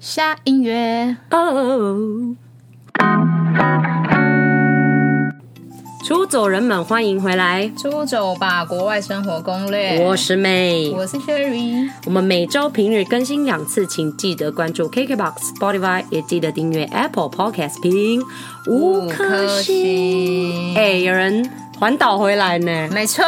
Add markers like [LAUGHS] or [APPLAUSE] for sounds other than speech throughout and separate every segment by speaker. Speaker 1: 下音乐。
Speaker 2: 哦。出走人们，欢迎回来，
Speaker 1: 出走吧，国外生活攻略。
Speaker 2: 我是妹。
Speaker 1: 我是 Sherry，
Speaker 2: 我们每周平日更新两次，请记得关注 KKBOX、Spotify，也记得订阅 Apple Podcast，评五颗星。哎、
Speaker 1: 哎，
Speaker 2: 有人环岛回来呢。
Speaker 1: 没错，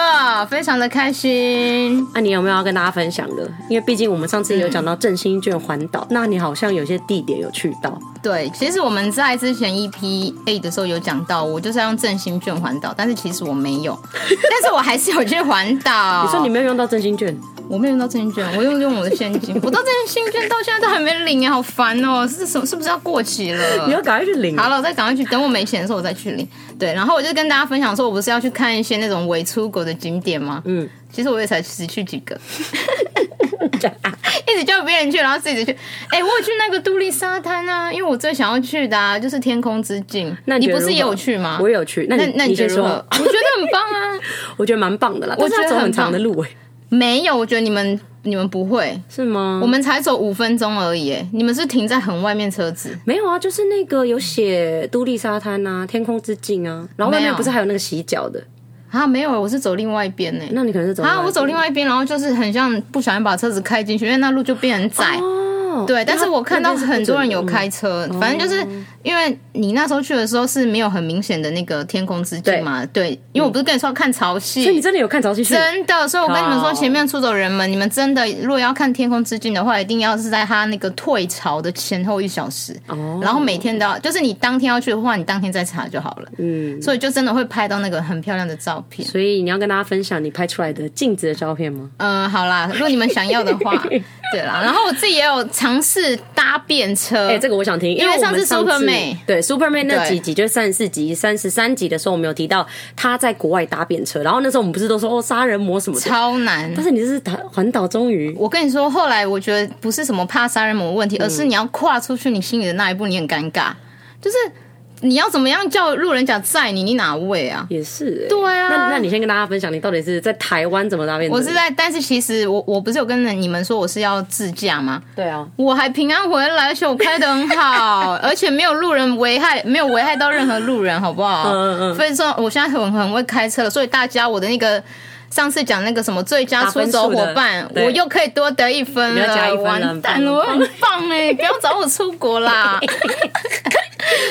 Speaker 1: 非常的开心。
Speaker 2: 那、你有没有要跟大家分享的？因为毕竟我们上次有讲到振兴券环岛，那你好像有些地点有去到，
Speaker 1: 对，其实我们在之前 EP A 的时候有讲到，我就是要用振兴券环岛，但是其实我没
Speaker 2: [LAUGHS]
Speaker 1: 有，但是我还是有去环岛。
Speaker 2: 你说你没有用到振兴券，
Speaker 1: 我没有用到振兴券，我用用我的现金，我到振兴券到现在都还没领啊，好烦哦！是什么？是不是要过期了？
Speaker 2: 你要赶快去领。
Speaker 1: 好了，我再赶快去，等我没钱的时候我再去领。对，然后我就跟大家分享说，我不是要去看一些那种伪出国的景点吗？
Speaker 2: 嗯，
Speaker 1: 其实我也才只去几个， [LAUGHS] 一直叫别人去，然后自己去。哎、我有去那个杜丽沙滩啊，因为我最想要去的啊，就是天空之镜。
Speaker 2: 那
Speaker 1: 你
Speaker 2: 觉得
Speaker 1: 不是
Speaker 2: 如何
Speaker 1: 也有去吗？
Speaker 2: 我也有去，那
Speaker 1: 那
Speaker 2: 你
Speaker 1: 那你觉
Speaker 2: 先
Speaker 1: 得如
Speaker 2: 说
Speaker 1: 何？， [LAUGHS] 我觉得很棒啊！
Speaker 2: 我觉得蛮棒的啦。
Speaker 1: 我
Speaker 2: 但是
Speaker 1: 觉得
Speaker 2: 要走很
Speaker 1: 很棒
Speaker 2: 长的路哎、
Speaker 1: 没有，我觉得你们你们不会，
Speaker 2: 是吗？
Speaker 1: 我们才走五分钟而已，哎你们是停在很外面车子。
Speaker 2: 没有啊，就是那个有写都立沙滩啊、天空之镜啊，然后外
Speaker 1: 没
Speaker 2: 面
Speaker 1: 有
Speaker 2: 不是还有那个洗脚的？
Speaker 1: 啊，没有，我是走另外一边呢。
Speaker 2: 那你可能是走
Speaker 1: 啊，我走另外一边，然后就是很像不小心把车子开进去，因为那路就变很窄。
Speaker 2: 哦，
Speaker 1: 对，但是我看到很多人有
Speaker 2: 看，
Speaker 1: 开车，反正
Speaker 2: 哦
Speaker 1: 就是因为你那时候去的时候是没有很明显的那个天空之
Speaker 2: 对嗯
Speaker 1: 镜嘛，对，因为我不是跟你说看潮汐，
Speaker 2: 所以你真的有看潮汐去？
Speaker 1: 真的，所以我跟你们
Speaker 2: 靠
Speaker 1: 说，前面出走人们，你们真的如果要看天空之镜的话，一定要是在它那个退潮的前后一小时，
Speaker 2: 哦，
Speaker 1: 然后每天都要，就是你当天要去的话，你当天再查就好了，
Speaker 2: 嗯，
Speaker 1: 所以就真的会拍到那个很漂亮的照片。
Speaker 2: 所以你要跟大家分享你拍出来的镜子的照片吗？
Speaker 1: 嗯，好啦，如果你们想要的
Speaker 2: [LAUGHS]
Speaker 1: 话，对啦。然后我自己也有尝试搭便车，
Speaker 2: 哎、这个我想听，因
Speaker 1: 呃为
Speaker 2: 我们
Speaker 1: 上次
Speaker 2: 上次
Speaker 1: Superman
Speaker 2: 对 Superman 那
Speaker 1: 对
Speaker 2: 几集，就是三十四集、三十三集的时候，我们有提到他在国外搭便车，然后那时候我们不是都说哦杀人魔什么的，
Speaker 1: 超难
Speaker 2: 但。是你这是打环岛终于
Speaker 1: 我跟你说，后来我觉得不是什么怕杀人魔的问题，而是你要跨出去你心里的那一步，你很尴尬，就是你要怎么样叫路人甲载你，你哪位啊？
Speaker 2: 也是、哎
Speaker 1: 对啊
Speaker 2: 那那你先跟大家分享，你到底是在台湾怎么搭便车？
Speaker 1: 我是在，但是其实我我不是有跟你们说我是要自驾吗？
Speaker 2: 对啊，
Speaker 1: 我还平安回来，而且我开的很好，而且没有路人危害，没有危害到任何路人，好不好？
Speaker 2: 嗯嗯
Speaker 1: 所以说，我现在很很会开车了，所以大家我的那个。上次讲那个什么最佳出走伙
Speaker 2: 打分
Speaker 1: 伴
Speaker 2: 数，的对
Speaker 1: 我又可以多得一分
Speaker 2: 你要加一
Speaker 1: 了，
Speaker 2: 分了
Speaker 1: 完蛋了，
Speaker 2: 很
Speaker 1: 我很棒哎、不要找我出国啦！
Speaker 2: [LAUGHS]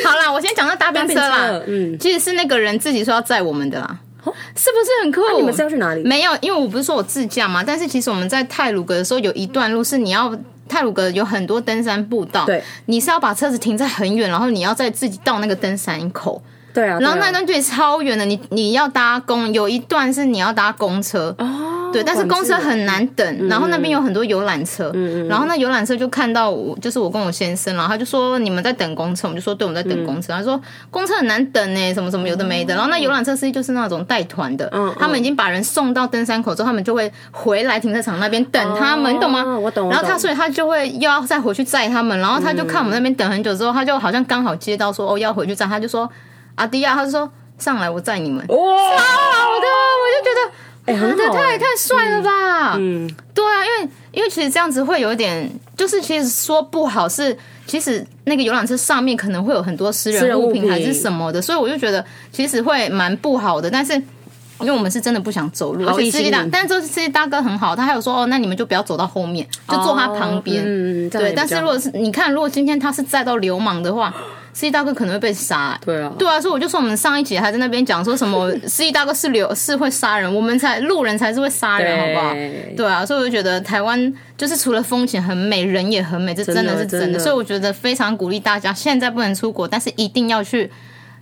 Speaker 1: 好啦，我先讲到搭便车
Speaker 2: 搭
Speaker 1: 啦
Speaker 2: 便车，嗯
Speaker 1: 其实是那个人自己说要载我们的啦，
Speaker 2: 哦
Speaker 1: 是不是很酷？
Speaker 2: 你们是要去哪里？
Speaker 1: 哦没有，因为我不是说我自驾嘛，但是其实我们在泰鲁格的时候有一段路是你要。泰鲁格有很多登山步道，
Speaker 2: 对，
Speaker 1: 你是要把车子停在很远，然后你要再自己到那个登山口，
Speaker 2: 对啊，
Speaker 1: 然后那
Speaker 2: 对啊
Speaker 1: 段距离超远的，你你要搭公，有一段是你要搭公车，
Speaker 2: 哦，
Speaker 1: 对，但是公
Speaker 2: 管制嗯
Speaker 1: 车很难等，然后那边有很多游览车，然后那游览车就看到我，就是我跟我先生，然后他就说你们在等公车，我们就说对，我们在
Speaker 2: 嗯
Speaker 1: 等公车。他说公车很难等呢，什么什么有的没的。然后那游览车司机就是那种带团的
Speaker 2: 哦嗯，
Speaker 1: 他们已经把人送到登山口之后，他们就会回来停车场那边等他们，你懂吗？
Speaker 2: 哦我懂我懂
Speaker 1: 然后他所以他就会又要再回去载他们，然后他就看我们那边等很久之后，他就好像刚好接到说哦要回去载，他就说阿迪啊亚，他就说上来我载你们。好
Speaker 2: 哇，
Speaker 1: 的，我就觉得。
Speaker 2: 哎很
Speaker 1: 哇这
Speaker 2: 好
Speaker 1: 太
Speaker 2: 哎
Speaker 1: 太帅了吧！
Speaker 2: 嗯，
Speaker 1: 对啊，因为因为其实这样子会有一点，就是其实说不好是，其实那个游览车上面可能会有很多私
Speaker 2: 私
Speaker 1: 人
Speaker 2: 人物
Speaker 1: 物
Speaker 2: 品
Speaker 1: 品还是什么的，所以我就觉得其实会蛮不好的。但是因为我们是真的不想走路，
Speaker 2: 好
Speaker 1: 而且
Speaker 2: 意
Speaker 1: 司
Speaker 2: 气
Speaker 1: 机大
Speaker 2: 用，
Speaker 1: 但是这司机大哥很好，他还有说哦，那你们就不要走到后面，就坐他旁边。
Speaker 2: 哦嗯，这样也
Speaker 1: 对，
Speaker 2: 比
Speaker 1: 但
Speaker 2: 较
Speaker 1: 是如
Speaker 2: 好
Speaker 1: 果是你看，如果今天他是载到流氓的话，司机大哥可能会被杀、欸。
Speaker 2: 对啊，
Speaker 1: 对啊，所以我就说我们上一集还在那边讲说什
Speaker 2: [LAUGHS]
Speaker 1: 么司机大哥是流是会杀人，我们才路人才是会杀人，好
Speaker 2: 对
Speaker 1: 不好？对啊，所以我就觉得台湾就是除了风景很美，人也很美，这真
Speaker 2: 的
Speaker 1: 的是真的。
Speaker 2: 真的
Speaker 1: 所以我觉得非常鼓励大家，现在不能出国，但是一定要去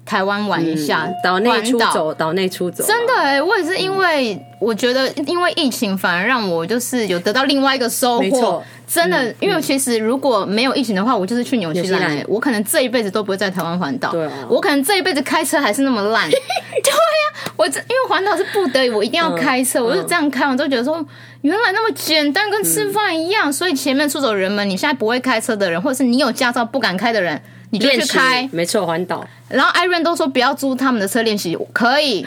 Speaker 1: 台湾玩一下，
Speaker 2: 嗯岛内
Speaker 1: 环
Speaker 2: 出
Speaker 1: 岛
Speaker 2: 走，岛内出走，啊
Speaker 1: 真的哎、我也是因为我觉得，因为疫情反而让我就是有得到另外一个收
Speaker 2: 没
Speaker 1: 获
Speaker 2: 错。嗯
Speaker 1: 真的，因为其实如果没有疫情的话，我就是去纽西兰、
Speaker 2: 纽西
Speaker 1: 欸
Speaker 2: 兰，
Speaker 1: 我可能这一辈子都不会在台湾环岛。
Speaker 2: 对啊
Speaker 1: 我可能这一辈子开车还是那么
Speaker 2: [LAUGHS]
Speaker 1: 烂。对呀、我这因为环岛是不得已，我一定要开
Speaker 2: 嗯
Speaker 1: 车，我就这样开，我都觉得说嗯原来那么简单，跟吃饭一样。所以前面出走人们，你现在不会开车的人，或者是你有驾照不敢开的人，你就
Speaker 2: 练
Speaker 1: 去
Speaker 2: 习
Speaker 1: 开。
Speaker 2: 没错，环岛 [LAUGHS]
Speaker 1: 然后艾瑞都说不要租他们的车练习，可以，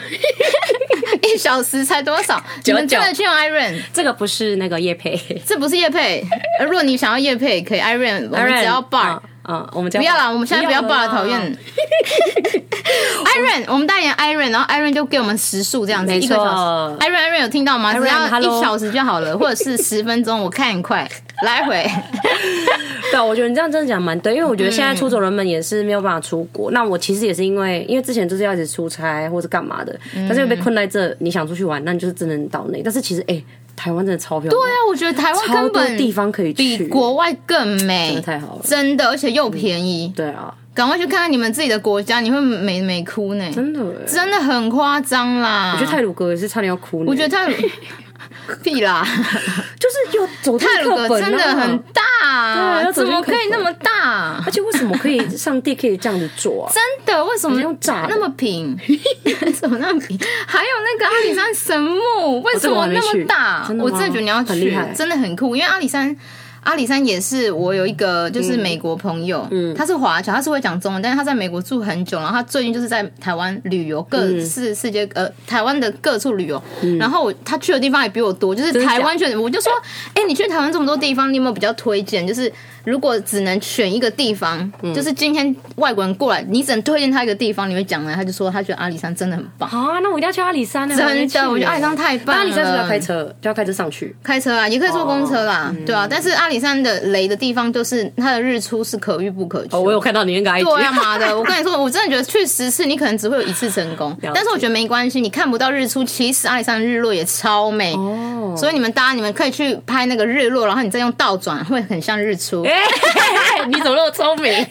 Speaker 1: 一小时才多少？你们真的去用 Iron，
Speaker 2: 这个不是那个叶配
Speaker 1: 这不是叶配。呃如果你想要叶配，可以 Iron，我们只
Speaker 2: [LAUGHS]
Speaker 1: 要 bar。
Speaker 2: 啊，嗯我们
Speaker 1: 不要啦，我们现在不要 bar，讨
Speaker 2: [LAUGHS]
Speaker 1: 厌。Iron，我们代言 Iron，然后 Iron 就给我们时速这样子，
Speaker 2: 没
Speaker 1: 一个小
Speaker 2: 错
Speaker 1: 时。Iron Iron 有听到吗？只
Speaker 2: Iron，
Speaker 1: 要
Speaker 2: hello
Speaker 1: 一小时就好了，或者是十分钟，我看很快，来
Speaker 2: [LAUGHS]
Speaker 1: 回。
Speaker 2: 对啊，我觉得你这样真的讲蛮对，因为我觉得现在出走人们也是没有办法出
Speaker 1: 嗯
Speaker 2: 国。那我其实也是因为，因为之前就是要一直出差或者干嘛的，但是又被困在这，你想出去玩，那你就是只能岛内。但是其实，哎、台湾真的超漂亮，
Speaker 1: 对啊，我觉得台湾
Speaker 2: 超
Speaker 1: 根
Speaker 2: 多
Speaker 1: 本
Speaker 2: 地方可以去，
Speaker 1: 比国外更
Speaker 2: 真的
Speaker 1: 美，
Speaker 2: 太好了。
Speaker 1: 真的，而且又便宜。
Speaker 2: 对啊，
Speaker 1: 赶快去看看你们自己的国家，你会美美哭呢，
Speaker 2: 真的欸，
Speaker 1: 真的很夸张啦。
Speaker 2: 我觉得泰鲁格也是差点要哭呢。
Speaker 1: 我觉得泰鲁
Speaker 2: [LAUGHS]
Speaker 1: 屁啦，
Speaker 2: 就是有走进
Speaker 1: 泰鲁
Speaker 2: 课
Speaker 1: 格
Speaker 2: 本、啊，
Speaker 1: 真的很大、啊
Speaker 2: 对啊要走
Speaker 1: 怎
Speaker 2: 进
Speaker 1: 么可
Speaker 2: 课
Speaker 1: 以
Speaker 2: 本
Speaker 1: 那么大、
Speaker 2: 而且为什么可以上帝可以这样子做 [LAUGHS] 啊？
Speaker 1: 真的，为什么
Speaker 2: 你用炸的
Speaker 1: 那么
Speaker 2: [LAUGHS]
Speaker 1: 平？为什么那么平？还有那个阿里山神木，为什么那么大？
Speaker 2: 这个我
Speaker 1: 我
Speaker 2: 还没去真的吗
Speaker 1: 真的觉得你要
Speaker 2: 很厉
Speaker 1: 去
Speaker 2: 害，
Speaker 1: 真的很酷。因为阿里山，阿里山也是我有一个就是
Speaker 2: 嗯
Speaker 1: 美国朋友，他是华侨，他是会讲中文，但是他在美国住很久，然后他最近就是在台湾旅游，各
Speaker 2: 嗯
Speaker 1: 是世界呃台湾的各处旅游，然后我他去的地方也比我多，就是
Speaker 2: 的假
Speaker 1: 台湾去的，我就
Speaker 2: [LAUGHS]
Speaker 1: 说，哎，你去台湾这么多地方，你有没有比较推荐？就是如果只能选一个地方，
Speaker 2: 嗯
Speaker 1: 就是今天外国人过来，你只能推荐他一个地方，你会讲呢？他就说他觉得阿里山真的很棒，
Speaker 2: 啊，那我一定要去阿里山呢、还没
Speaker 1: 真
Speaker 2: 去
Speaker 1: 的，我觉得
Speaker 2: 耶
Speaker 1: 阿里山太棒
Speaker 2: 但
Speaker 1: 了。
Speaker 2: 阿里山是不是要开车，就要开车上去。
Speaker 1: 开车啊，也可以坐公车啦，对啊。
Speaker 2: 嗯
Speaker 1: 但是阿里山的雷的地方就是它的日出是可遇不可求。
Speaker 2: 哦，我有看到你那个 IG，
Speaker 1: 对啊，妈的！我跟你说，我真的觉得去十次，你可能只会有一次成
Speaker 2: [LAUGHS]
Speaker 1: 功。
Speaker 2: 解
Speaker 1: 但是我觉得没关系，你看不到日出，其实阿里山的日落也超美。
Speaker 2: 哦，
Speaker 1: 所以你们大家，你们可以去拍那个日落，然后你再用倒转，会很像日出。
Speaker 2: 哎、 [LAUGHS] 你怎么那么聪明？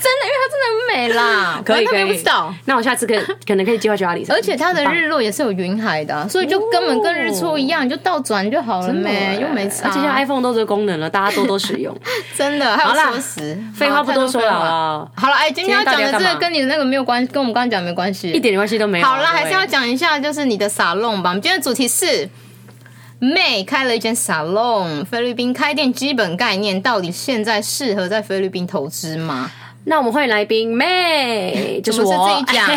Speaker 1: 真的，因为它真的很美 [LAUGHS] 啦，
Speaker 2: 可以
Speaker 1: 我
Speaker 2: 可
Speaker 1: 还特别
Speaker 2: 以，
Speaker 1: 不知道。
Speaker 2: [LAUGHS] 那我下次可以可能可以计划去阿里山，
Speaker 1: 而且它的日落也是有云海的啊、所以就根本跟日出一样，你就倒转就好了没，又没差。
Speaker 2: 而且像 iPhone 都有这个功能了，大家多多使 [LAUGHS] 用。
Speaker 1: 真的，还
Speaker 2: 好啦
Speaker 1: 有缩时，
Speaker 2: 废话不多说了啊，
Speaker 1: 好了，哎，今天要讲的这
Speaker 2: 今天到底要干
Speaker 1: 个
Speaker 2: 嘛
Speaker 1: 跟你的那个没有关，跟我们刚刚讲的没关
Speaker 2: 一
Speaker 1: 系。
Speaker 2: 点关系都没有。啊
Speaker 1: 好了，还是要
Speaker 2: 对
Speaker 1: 讲一下，就是你的沙龙吧。我们今天的主题是。妹开了一间沙龙，菲律宾开店基本概念到底现在适合在菲律宾投资吗？
Speaker 2: 那我们欢迎来宾妹，就是
Speaker 1: 怎
Speaker 2: [LAUGHS] 我
Speaker 1: 么是自己讲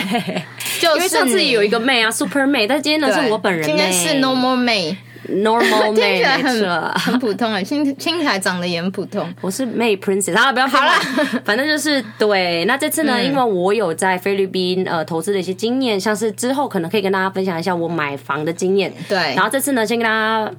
Speaker 1: 就
Speaker 2: 因为
Speaker 1: 是
Speaker 2: 上次有一个妹啊，Super 妹，但今天呢
Speaker 1: 对
Speaker 2: 是我本人妹，
Speaker 1: 今天是 normal 妹，
Speaker 2: normal
Speaker 1: [LAUGHS] 听起
Speaker 2: 妹，
Speaker 1: 来
Speaker 2: 没
Speaker 1: 很
Speaker 2: 错。
Speaker 1: 很普通哎，听听起来长得也很普通。
Speaker 2: 我是 May Princess，好了，不要好了，反正就是对。那这次
Speaker 1: 嗯
Speaker 2: 呢，因为我有在菲律宾呃投资的一些经验，像是之后可能可以跟大家分享一下我买房的经验。
Speaker 1: 对
Speaker 2: 然后这次呢，先跟大家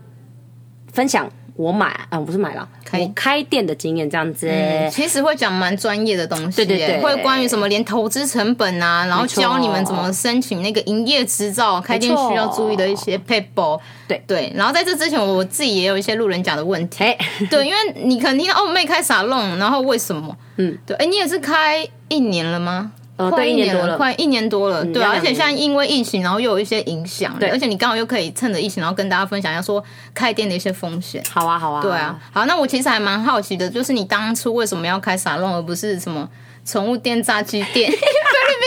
Speaker 2: 分享我买啊、我不是买了，
Speaker 1: 开嗯
Speaker 2: 我开店的经验这样子。
Speaker 1: 其实会讲蛮专业的东西耶，
Speaker 2: 对对对
Speaker 1: 会关于什么连投资成本啊，然后
Speaker 2: 错
Speaker 1: 教你们怎么申请那个营业执照，开店需要注意的一些 paper。
Speaker 2: 对
Speaker 1: 对，然后在这之前，我自己也有一些路人甲的问
Speaker 2: [LAUGHS]
Speaker 1: 题。
Speaker 2: 哎、
Speaker 1: 对，因为你可能听到哦，妹开沙龙，然后为什么？
Speaker 2: 嗯，
Speaker 1: 对，哎，你也是开一年了吗？
Speaker 2: 呃
Speaker 1: 快
Speaker 2: 对
Speaker 1: 一
Speaker 2: 一年
Speaker 1: 年
Speaker 2: 多了
Speaker 1: 快一年多了，对啊、
Speaker 2: 要
Speaker 1: 而
Speaker 2: 两
Speaker 1: 且
Speaker 2: 年
Speaker 1: 现在因为疫情，然后又有一些影响，对而且你刚好又可以趁着疫情，然后跟大家分享一下说开店的一些风险。
Speaker 2: 好啊，好啊，
Speaker 1: 对啊，，好，那我其实还蛮好奇的，就是你当初为什么要开沙龙，而不是什么宠物店、炸鸡
Speaker 2: [LAUGHS]
Speaker 1: 店？菲律宾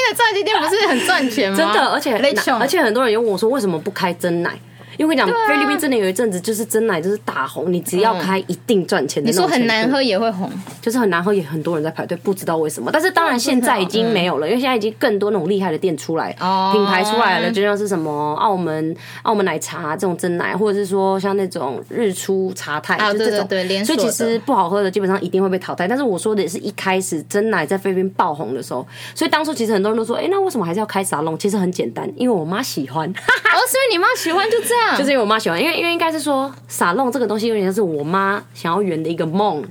Speaker 1: 的炸鸡店不是很赚钱吗？
Speaker 2: 真的，而且
Speaker 1: 雷琼
Speaker 2: 而且很多人也问我说，为什么不开真奶？因为我跟你讲，
Speaker 1: 啊
Speaker 2: 菲律宾真的有一阵子就是真奶就是大红，你只要开一定赚钱
Speaker 1: 嗯
Speaker 2: 的
Speaker 1: 你
Speaker 2: 那种
Speaker 1: 说
Speaker 2: 程度。
Speaker 1: 很难喝也会红，哦
Speaker 2: 就是很难喝，也很多人在排队，不知道为什么。但是当然现在已经没有了，因为现在已经更多那种厉害的店出来，
Speaker 1: 嗯哦
Speaker 2: 品牌出来了，就像是什么澳门澳门奶茶这种真奶，或者是说像那种日出茶太，
Speaker 1: 啊
Speaker 2: 就这种
Speaker 1: 对对对连
Speaker 2: 所
Speaker 1: 锁
Speaker 2: 以
Speaker 1: 的
Speaker 2: 其实不好喝的基本上一定会被淘汰。但是我说的也是一开始真奶在菲律宾爆红的时候，所以当初其实很多人都说，哎、那为什么还是要开沙龙？其实很简单，因为我妈
Speaker 1: [LAUGHS]
Speaker 2: 喜欢。
Speaker 1: 哦，是因为你妈喜欢就这样，
Speaker 2: 就是因为我妈喜欢，因为因为应该是说沙龙这个东西有点像是我妈想要圆的一个梦，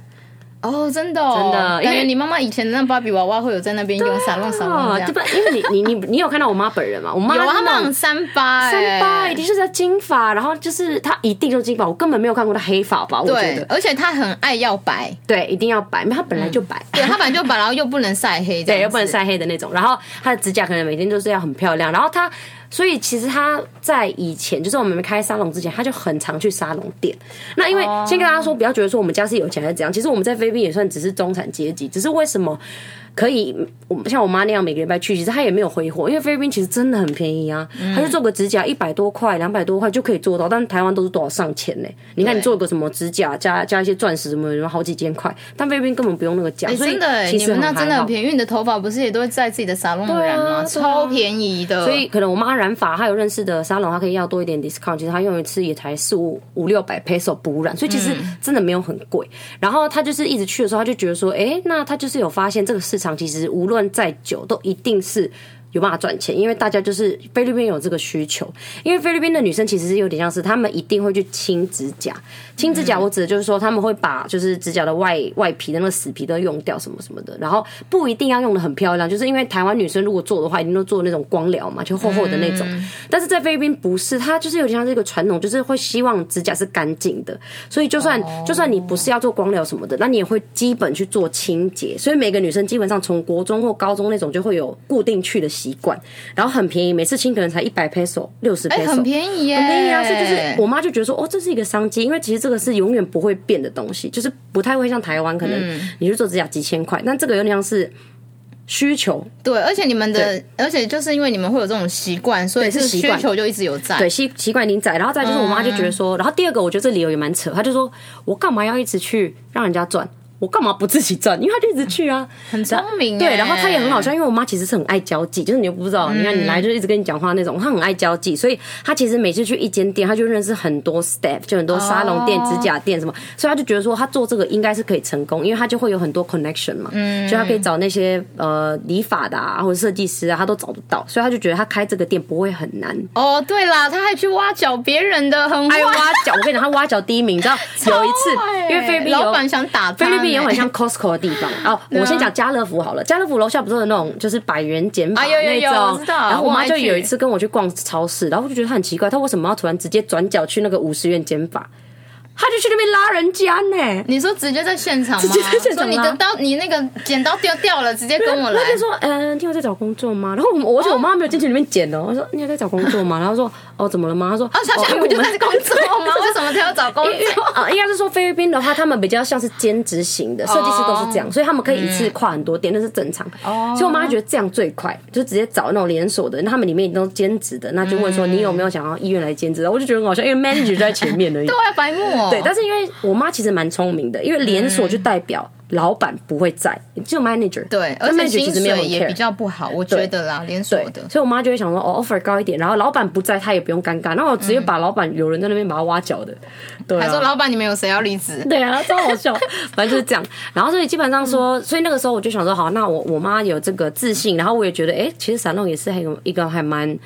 Speaker 1: 哦，真的、哦，
Speaker 2: 真的因
Speaker 1: 感
Speaker 2: 为
Speaker 1: 觉你妈妈以前的那芭比娃娃会有在那边用沙龙沙啊龙这样，
Speaker 2: 对吧？啊因为你你你你有看到我妈本人嘛？我妈
Speaker 1: 有啊，
Speaker 2: 是
Speaker 1: 他
Speaker 2: 那
Speaker 1: 们
Speaker 2: 种
Speaker 1: 很三八、欸，
Speaker 2: 三八，一定是在金发，然后就是她一定就是金发，我根本没有看过她黑发吧？我觉
Speaker 1: 对
Speaker 2: 得，
Speaker 1: 而且她很爱要白，
Speaker 2: 对，一定要白，因为她本来就白。
Speaker 1: 对，她本来就白，然后又不能晒黑，
Speaker 2: 对，又不能。晒黑的那种。然后她的指甲可能每天都是要很漂亮。然后她，所以其实她在以前，就是我们开沙龙之前，她就很常去沙龙店。那因为
Speaker 1: 哦
Speaker 2: 先跟大家说，不要觉得说我们家是有钱还是怎样，其实我们在菲律宾也算只是中产阶级，只是为什么？可以，我像我妈那样每个礼拜去，其实她也没有挥霍，因为菲律宾其实真的很便宜啊，
Speaker 1: 嗯
Speaker 2: 她就做个指甲一百多块、两百多块就可以做到，但台湾都是多少上千呢、你看你做个什么指甲加加一些钻石什么，有好几千块，但菲律宾根本不用那个夹，所以
Speaker 1: 真的欸，
Speaker 2: 其
Speaker 1: 你
Speaker 2: 实
Speaker 1: 们
Speaker 2: 很
Speaker 1: 那真的
Speaker 2: 还好
Speaker 1: 很便宜，因为你的头发不是也都会在自己的沙龙染吗？
Speaker 2: 对啊
Speaker 1: 超便宜的，
Speaker 2: 所以可能我妈染发，她有认识的沙龙，她可以要多一点 discount。其实她用一次也才四五五六百 peso 补染，所以其实真的没有很贵。然后她就是一直去的时候，她就觉得说，哎、那她就是有发现这个市场其实无论再久都一定是。有办法赚钱，因为大家就是菲律宾有这个需求，因为菲律宾的女生其实是有点像是她们一定会去清指甲，清指甲我指的就是说她们会把就是指甲的外外皮的那个死皮都用掉什么什么的，然后不一定要用的很漂亮，就是因为台湾女生如果做的话，一定都做那种光疗嘛，就厚厚的那种，
Speaker 1: 嗯
Speaker 2: 但是在菲律宾不是，它就是有点像这个传统，就是会希望指甲是干净的，所以就算、
Speaker 1: 哦
Speaker 2: 就算你不是要做光疗什么的，那你也会基本去做清洁，所以每个女生基本上从国中或高中那种就会有固定去的习惯，然后很便宜，每次清可能才一百 peso，六十 peso，、
Speaker 1: 哎，很便宜耶，
Speaker 2: 很便宜啊！所以就是我妈就觉得说，哦，这是一个商机，因为其实这个是永远不会变的东西，就是不太会像台湾，可能你去做指甲几千块，但这个有点像是需求，
Speaker 1: 对，而且你们的，而且就是因为你们会有这种习惯，所以
Speaker 2: 是
Speaker 1: 这个
Speaker 2: 习
Speaker 1: 需
Speaker 2: 惯
Speaker 1: 求就一直有在。
Speaker 2: 对，习习惯零仔，然后再就是我妈就觉得说，然后第二个我觉得这理由也蛮扯，她就说我干嘛要一直去让人家赚，我干嘛不自己赚？因为她就一直去啊，很
Speaker 1: 聪明
Speaker 2: 对，
Speaker 1: 欸嗯
Speaker 2: 然后她也很好笑，因为我妈其实是很爱交际，就是你又不知道，你看你来就一直跟你讲话那种，她很爱交际，所以她其实每次去一间店，她就认识很多 staff，就很多沙龙店、
Speaker 1: 哦
Speaker 2: 指甲店什么，所以她就觉得说她做这个应该是可以成功，因为她就会有很多 connection 嘛，
Speaker 1: 嗯
Speaker 2: 所以她可以找那些呃理发的啊或者设计师啊，她都找得到，所以她就觉得她开这个店不会很难。
Speaker 1: 哦，对啦，他还去挖角别人的，很坏
Speaker 2: 爱。挖角，我跟你讲，他挖角第一名，你知道有一次
Speaker 1: [LAUGHS] 超坏，欸
Speaker 2: 因为菲律宾有
Speaker 1: 老板想打他欸
Speaker 2: 菲律宾有
Speaker 1: 呢
Speaker 2: 很像 Costco 的地
Speaker 1: [LAUGHS]
Speaker 2: 方。哦，我先讲家乐福好了，家乐福楼下不是有那种就是百元减法
Speaker 1: 啊有有
Speaker 2: 那
Speaker 1: 有我
Speaker 2: 种
Speaker 1: 知，道
Speaker 2: 然后我
Speaker 1: 我
Speaker 2: 妈
Speaker 1: 爱
Speaker 2: 就有
Speaker 1: 去
Speaker 2: 一次跟我去逛超市，然后我就觉得她很奇怪，她为什么要突然直接转角去那个五十元减法？她就去那边拉人家呢。
Speaker 1: 你说直接在现场吗？啊
Speaker 2: 直接在现
Speaker 1: 说
Speaker 2: 场
Speaker 1: 你
Speaker 2: 吗
Speaker 1: 的刀，你那个剪刀掉掉了，直接跟我来
Speaker 2: 他。就说：“嗯，你有在找工作吗？”然后我，我而且我妈没有进去里面捡哦。我说：“你有在找工作吗？”然后说：“哦，怎么了吗？”她说：“
Speaker 1: 啊，小
Speaker 2: 哦因
Speaker 1: 小
Speaker 2: 为
Speaker 1: 不就
Speaker 2: 我们
Speaker 1: 在工作吗？ [LAUGHS] 为什么他要找工
Speaker 2: 因为
Speaker 1: 作？
Speaker 2: [LAUGHS] 啊，应该是说菲律宾的话，他们比较像是兼职型
Speaker 1: 哦
Speaker 2: 的设计师都是这样，所以他们可以一次跨很多店，那是正常。
Speaker 1: 哦
Speaker 2: 所以我妈觉得这样最快，就直接找那种连锁的，那他们里面都兼职的，那就问说你有没有想要医院来兼职的？我就觉得很好笑，因为 manager 就在前面而已
Speaker 1: 对。啊，白目哦。
Speaker 2: 对，但是因为我妈其实蛮聪明的，因为连锁就代表老板不会在，只有 manager。
Speaker 1: 对，
Speaker 2: 那
Speaker 1: 而且
Speaker 2: manager 其
Speaker 1: 薪
Speaker 2: 实没有很
Speaker 1: 水
Speaker 2: care
Speaker 1: 也比较不好，我觉得啦，连锁
Speaker 2: 对
Speaker 1: 的。
Speaker 2: 所以我妈就会想说，哦，offer 高一点，然后老板不在，她也不用尴尬，那我直接把老板有人在那边把他挖角的，对、
Speaker 1: 嗯
Speaker 2: 啊，
Speaker 1: 还说老板，你们有谁要离职？
Speaker 2: 对啊，超好笑， [LAUGHS] 反正就是这样。然后所以基本上说，
Speaker 1: 嗯
Speaker 2: 所以那个时候我就想说，好，那我我妈有这个自信，然后我也觉得，哎、其实散弄也是很有一个还蛮。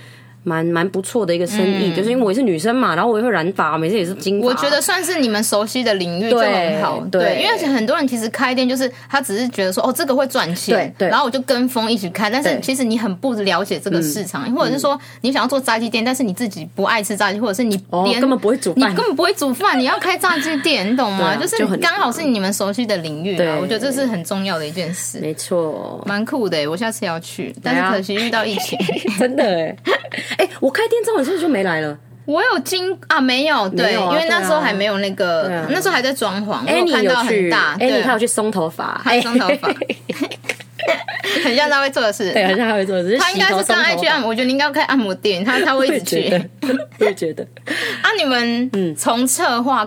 Speaker 2: 蛮蛮不错的一个生意，就是因为我也是女生嘛，然后我也会染发，每次也是金
Speaker 1: 嗯
Speaker 2: 发。
Speaker 1: 我觉得算是你们熟悉的领域就很好，
Speaker 2: 对对
Speaker 1: 对，因为而且很多人其实开店就是他只是觉得说哦这个会赚钱，
Speaker 2: 对对
Speaker 1: 然后我就跟风一起开，但
Speaker 2: 对嗯
Speaker 1: 是其实你很不了解这个市场，或者是说你想要做炸鸡店，但是你自己不爱吃炸鸡，或者是你
Speaker 2: 哦
Speaker 1: 连
Speaker 2: 根本不会煮饭
Speaker 1: 你根本不会煮饭，你要开炸鸡店，你懂吗？
Speaker 2: 对啊
Speaker 1: 就
Speaker 2: 就很
Speaker 1: 是刚好是你们熟悉的领域
Speaker 2: 对
Speaker 1: 啊，我觉得这是很重要的一件事。[LAUGHS]
Speaker 2: 没错，
Speaker 1: 蛮酷的耶，我下次要去，但
Speaker 2: 来啊
Speaker 1: 是可惜遇到疫情。
Speaker 2: 真的哎、 [LAUGHS] 哎、我开店之后你是不是就没来了？
Speaker 1: 我有经啊，没有对
Speaker 2: 没有啊
Speaker 1: 因为那时候还没有那个，
Speaker 2: 啊
Speaker 1: 那时候还在装潢，
Speaker 2: 哎、
Speaker 1: 我
Speaker 2: 你
Speaker 1: 看
Speaker 2: 有
Speaker 1: 到很
Speaker 2: 去？
Speaker 1: 大，
Speaker 2: 哎、你
Speaker 1: 对
Speaker 2: 还有去松头发？
Speaker 1: 他松头发很像他会做的事。
Speaker 2: [LAUGHS] 对，好像还会做，只是
Speaker 1: 他应该是
Speaker 2: 洗头松
Speaker 1: 更爱
Speaker 2: 头
Speaker 1: 去
Speaker 2: 发
Speaker 1: 按摩，我觉得你应该要开按摩店，
Speaker 2: [LAUGHS]
Speaker 1: 他他
Speaker 2: 我
Speaker 1: 会一
Speaker 2: 也
Speaker 1: 直
Speaker 2: 觉
Speaker 1: 去。
Speaker 2: 得， [LAUGHS] 我也觉得。
Speaker 1: 啊，你们从策划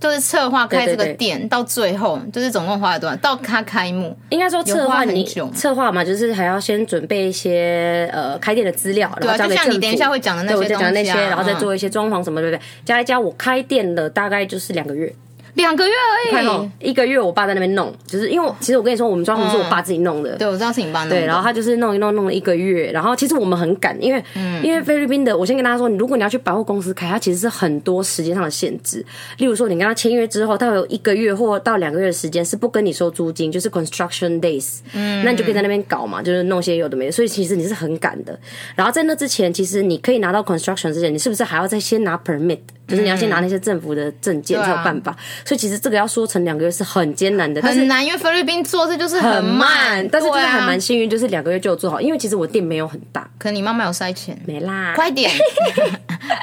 Speaker 1: 就是策划开
Speaker 2: 对对
Speaker 1: 这个
Speaker 2: 对
Speaker 1: 店到最后，就是总共花了多少？到他开幕，
Speaker 2: 应该说策划
Speaker 1: 有花
Speaker 2: 你
Speaker 1: 很久
Speaker 2: 策划嘛，就是还要先准备一些呃开店的资料，然
Speaker 1: 对
Speaker 2: 后
Speaker 1: 啊，
Speaker 2: 交
Speaker 1: 就
Speaker 2: 给
Speaker 1: 像
Speaker 2: 政
Speaker 1: 你
Speaker 2: 府。
Speaker 1: 等一下会讲的那
Speaker 2: 对，我
Speaker 1: 些
Speaker 2: 就
Speaker 1: 东西啊，
Speaker 2: 讲那些，然后再
Speaker 1: 嗯
Speaker 2: 做一些装潢什么，对不对？加一加，我开店了大概就是两个月，
Speaker 1: 两个月而
Speaker 2: 快哦
Speaker 1: 已。，
Speaker 2: 一个月我爸在那边弄，就是因为我其实我跟你说，我们装潢是我爸自己弄的，
Speaker 1: 对，我知道是哦你帮的。
Speaker 2: 对，然后他就是弄一弄弄了一个月，然后其实我们很赶，因为、因为菲律宾的，我先跟大家说，如果你要去百货公司开，它其实是很多时间上的限制，例如说你跟他签约之后，他会有一个月或到两个月的时间是不跟你收租金，就是 construction days，嗯，那你就可以在那边搞嘛，就是弄些有的没的，所以其实你是很赶的。然后在那之前，其实你可以拿到 construction 之前，你是不是还要再先拿 permit？就是你要先拿那些政府的证件才有办法，所以其实这个要说成两个月是很艰难的，但是
Speaker 1: 很难，因为菲律宾做事就是
Speaker 2: 很慢
Speaker 1: 慢，，
Speaker 2: 但是就是
Speaker 1: 对啊
Speaker 2: 还蛮幸运，就是两个月就有做好，因为其实我店没有 [LAUGHS] 很大，
Speaker 1: 可能你妈妈有塞钱，
Speaker 2: 没啦。
Speaker 1: 快
Speaker 2: [LAUGHS]
Speaker 1: 点，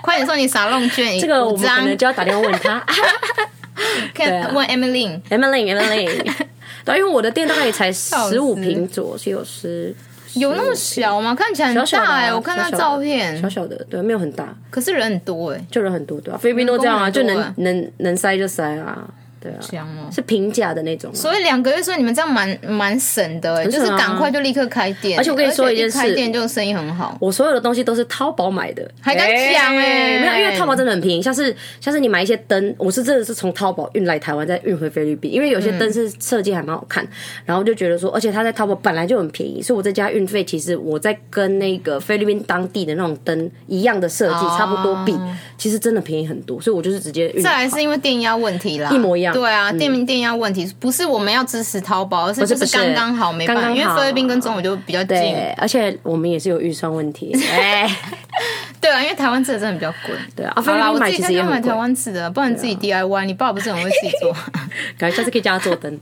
Speaker 1: 快点送你傻弄券，
Speaker 2: 这个我
Speaker 1: 五
Speaker 2: 们可
Speaker 1: 张
Speaker 2: 能就要打电话问他
Speaker 1: 可以
Speaker 2: 对啊
Speaker 1: 问 Emily。
Speaker 2: [LAUGHS] 哎，Emily，Emily 。对，因为我的店大概也才
Speaker 1: 笑
Speaker 2: 十五平左右，十
Speaker 1: 有那么小吗？看起来
Speaker 2: 小
Speaker 1: 很
Speaker 2: 小的
Speaker 1: 大
Speaker 2: 啊、
Speaker 1: 哎、我看
Speaker 2: 小
Speaker 1: 他
Speaker 2: 小的
Speaker 1: 照片，
Speaker 2: 小小的，对，没有很大，
Speaker 1: 可是人很多哎、
Speaker 2: 就人很多，对吧、菲律宾都这样啊，
Speaker 1: 人工
Speaker 2: 就
Speaker 1: 很多
Speaker 2: 能能能塞就塞啊，对啊，
Speaker 1: 香哦。
Speaker 2: 是平价的那种啊、
Speaker 1: 所以两个月，所以你们这样蛮蛮省的、欸，
Speaker 2: 省
Speaker 1: 就
Speaker 2: 啊
Speaker 1: 是赶快就立刻开店。
Speaker 2: 而且我跟你说
Speaker 1: 而
Speaker 2: 一件事嗯
Speaker 1: 开店就生意很好。
Speaker 2: 我所有的东西都是淘宝买的，哎
Speaker 1: 还敢讲欸
Speaker 2: 没有，因为淘宝真的很便宜。像是像是你买一些灯，我是真的是从淘宝运来台湾，再运回菲律宾。因为有些灯是设计还蛮好看，然后就觉得说，而且它在淘宝本来就很便宜，所以我在家运费其实我在跟那个菲律宾当地的那种灯一样的设计，
Speaker 1: 哦
Speaker 2: 差不多比，其实真的便宜很多。所以我就是直接运。
Speaker 1: 再来是因为电压问题啦，
Speaker 2: 一模一样嗯
Speaker 1: 对啊，店电压问题不是我们要支持淘宝，而是就
Speaker 2: 不是
Speaker 1: 刚刚好没办
Speaker 2: 刚
Speaker 1: 法，
Speaker 2: 刚
Speaker 1: 因为
Speaker 2: 好啊
Speaker 1: 菲律宾跟中国就比较近，
Speaker 2: 对，而且我们也是有预算问
Speaker 1: [LAUGHS]
Speaker 2: 题。哎，
Speaker 1: 对啊，因为台湾制的真的比较贵。
Speaker 2: 对啊，啊菲
Speaker 1: 好啦，
Speaker 2: 律宾
Speaker 1: 我
Speaker 2: 买
Speaker 1: 自己
Speaker 2: 其
Speaker 1: 看
Speaker 2: 实也
Speaker 1: 要买
Speaker 2: 很贵啊
Speaker 1: 台，湾制的，不然自己 DIY。你爸不是很会自己
Speaker 2: [LAUGHS]
Speaker 1: 做？
Speaker 2: 感觉下次可以叫他做灯。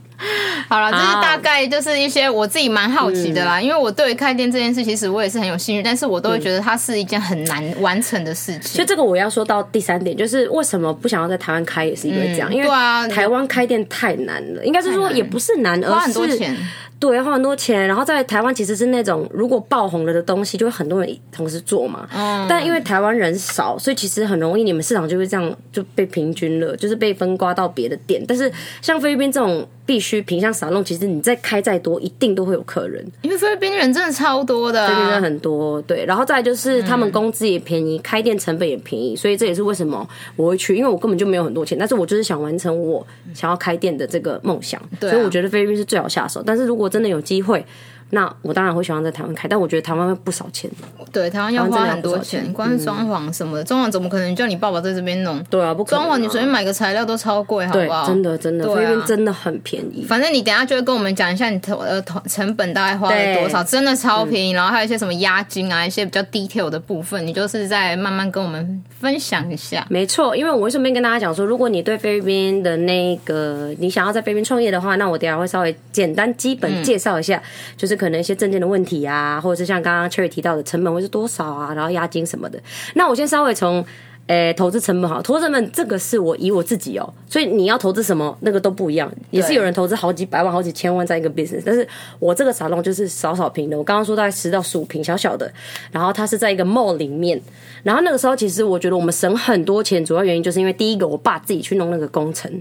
Speaker 1: 好了，这是大概就是一些我自己蛮好奇的
Speaker 2: 嗯
Speaker 1: 啦，因为我对于开店这件事，其实我也是很有兴趣，但是我都会觉得它是一件很难完成的事
Speaker 2: 就
Speaker 1: 情。
Speaker 2: 这个我要说到第三点，就是为什么不想要在台湾开，也是因为这样，因为
Speaker 1: 对啊
Speaker 2: 台湾开店太难了，应该是说也不是难，而
Speaker 1: 花
Speaker 2: 是
Speaker 1: 很多钱，
Speaker 2: 对，要花很多钱。然后在台湾其实是那种如果爆红了的东西，就会很多人同时做嘛。
Speaker 1: 嗯
Speaker 2: 但因为台湾人少，所以其实很容易你们市场就会这样就被平均了，就是被分刮到别的店。但是像菲律宾这种必需品，像沙龙，其实你再开再多，一定都会有客人。
Speaker 1: 因为菲律宾人真的超多的、
Speaker 2: 真的
Speaker 1: 啊。
Speaker 2: 很多，对，然后再来就是他们工资也便宜，开店成本也便宜，所以这也是为什么我会去，因为我根本就没有很多钱，但是我就是想完成我想要开店的这个梦想，
Speaker 1: 对啊
Speaker 2: 所以我觉得菲律宾是最好下手。但是如果真的有机会，那我当然会想要在台湾开，但我觉得台湾会不少钱。
Speaker 1: 对，台湾要
Speaker 2: 台湾真
Speaker 1: 花
Speaker 2: 的
Speaker 1: 很多
Speaker 2: 要不少
Speaker 1: 钱，
Speaker 2: 钱嗯
Speaker 1: 光是装潢什么的，装潢怎么可能叫你爸爸在这边弄？
Speaker 2: 对啊，不可能、
Speaker 1: 装
Speaker 2: 啊。
Speaker 1: 潢你随便买个材料都超贵，好
Speaker 2: 对
Speaker 1: 不好？，
Speaker 2: 真。的真的，
Speaker 1: 对啊
Speaker 2: 菲律宾真的很便宜。
Speaker 1: 反正你等一下就会跟我们讲一下你投呃投成本大概花了多少，
Speaker 2: 对嗯
Speaker 1: 真的超便宜。然后还有一些什么押金啊，一些比较 detail 的部分，你就是在慢慢跟我们分享一下。
Speaker 2: 没错，因为我会顺便跟大家讲说，如果你对菲律宾的那个你想要在菲律宾创业的话，那我等一下会稍微简单基本介绍一下，就是可能一些证件的问题啊，或者是像刚刚 Cherry 提到的成本会是多少啊，然后押金什么的。那我先稍微从。诶，投资成本好，投资成本这个是我以我自己哦，所以你要投资什么那个都不一样，也是有人投资好几百万、好几千万在一个 business，但是我这个沙龙就是少少平的，我刚刚说大概十到十五平，小小的，然后它是在一个 mall 里面，然后那个时候其实我觉得我们省很多钱，主要原因就是因为第一个我爸自己去弄那个工程，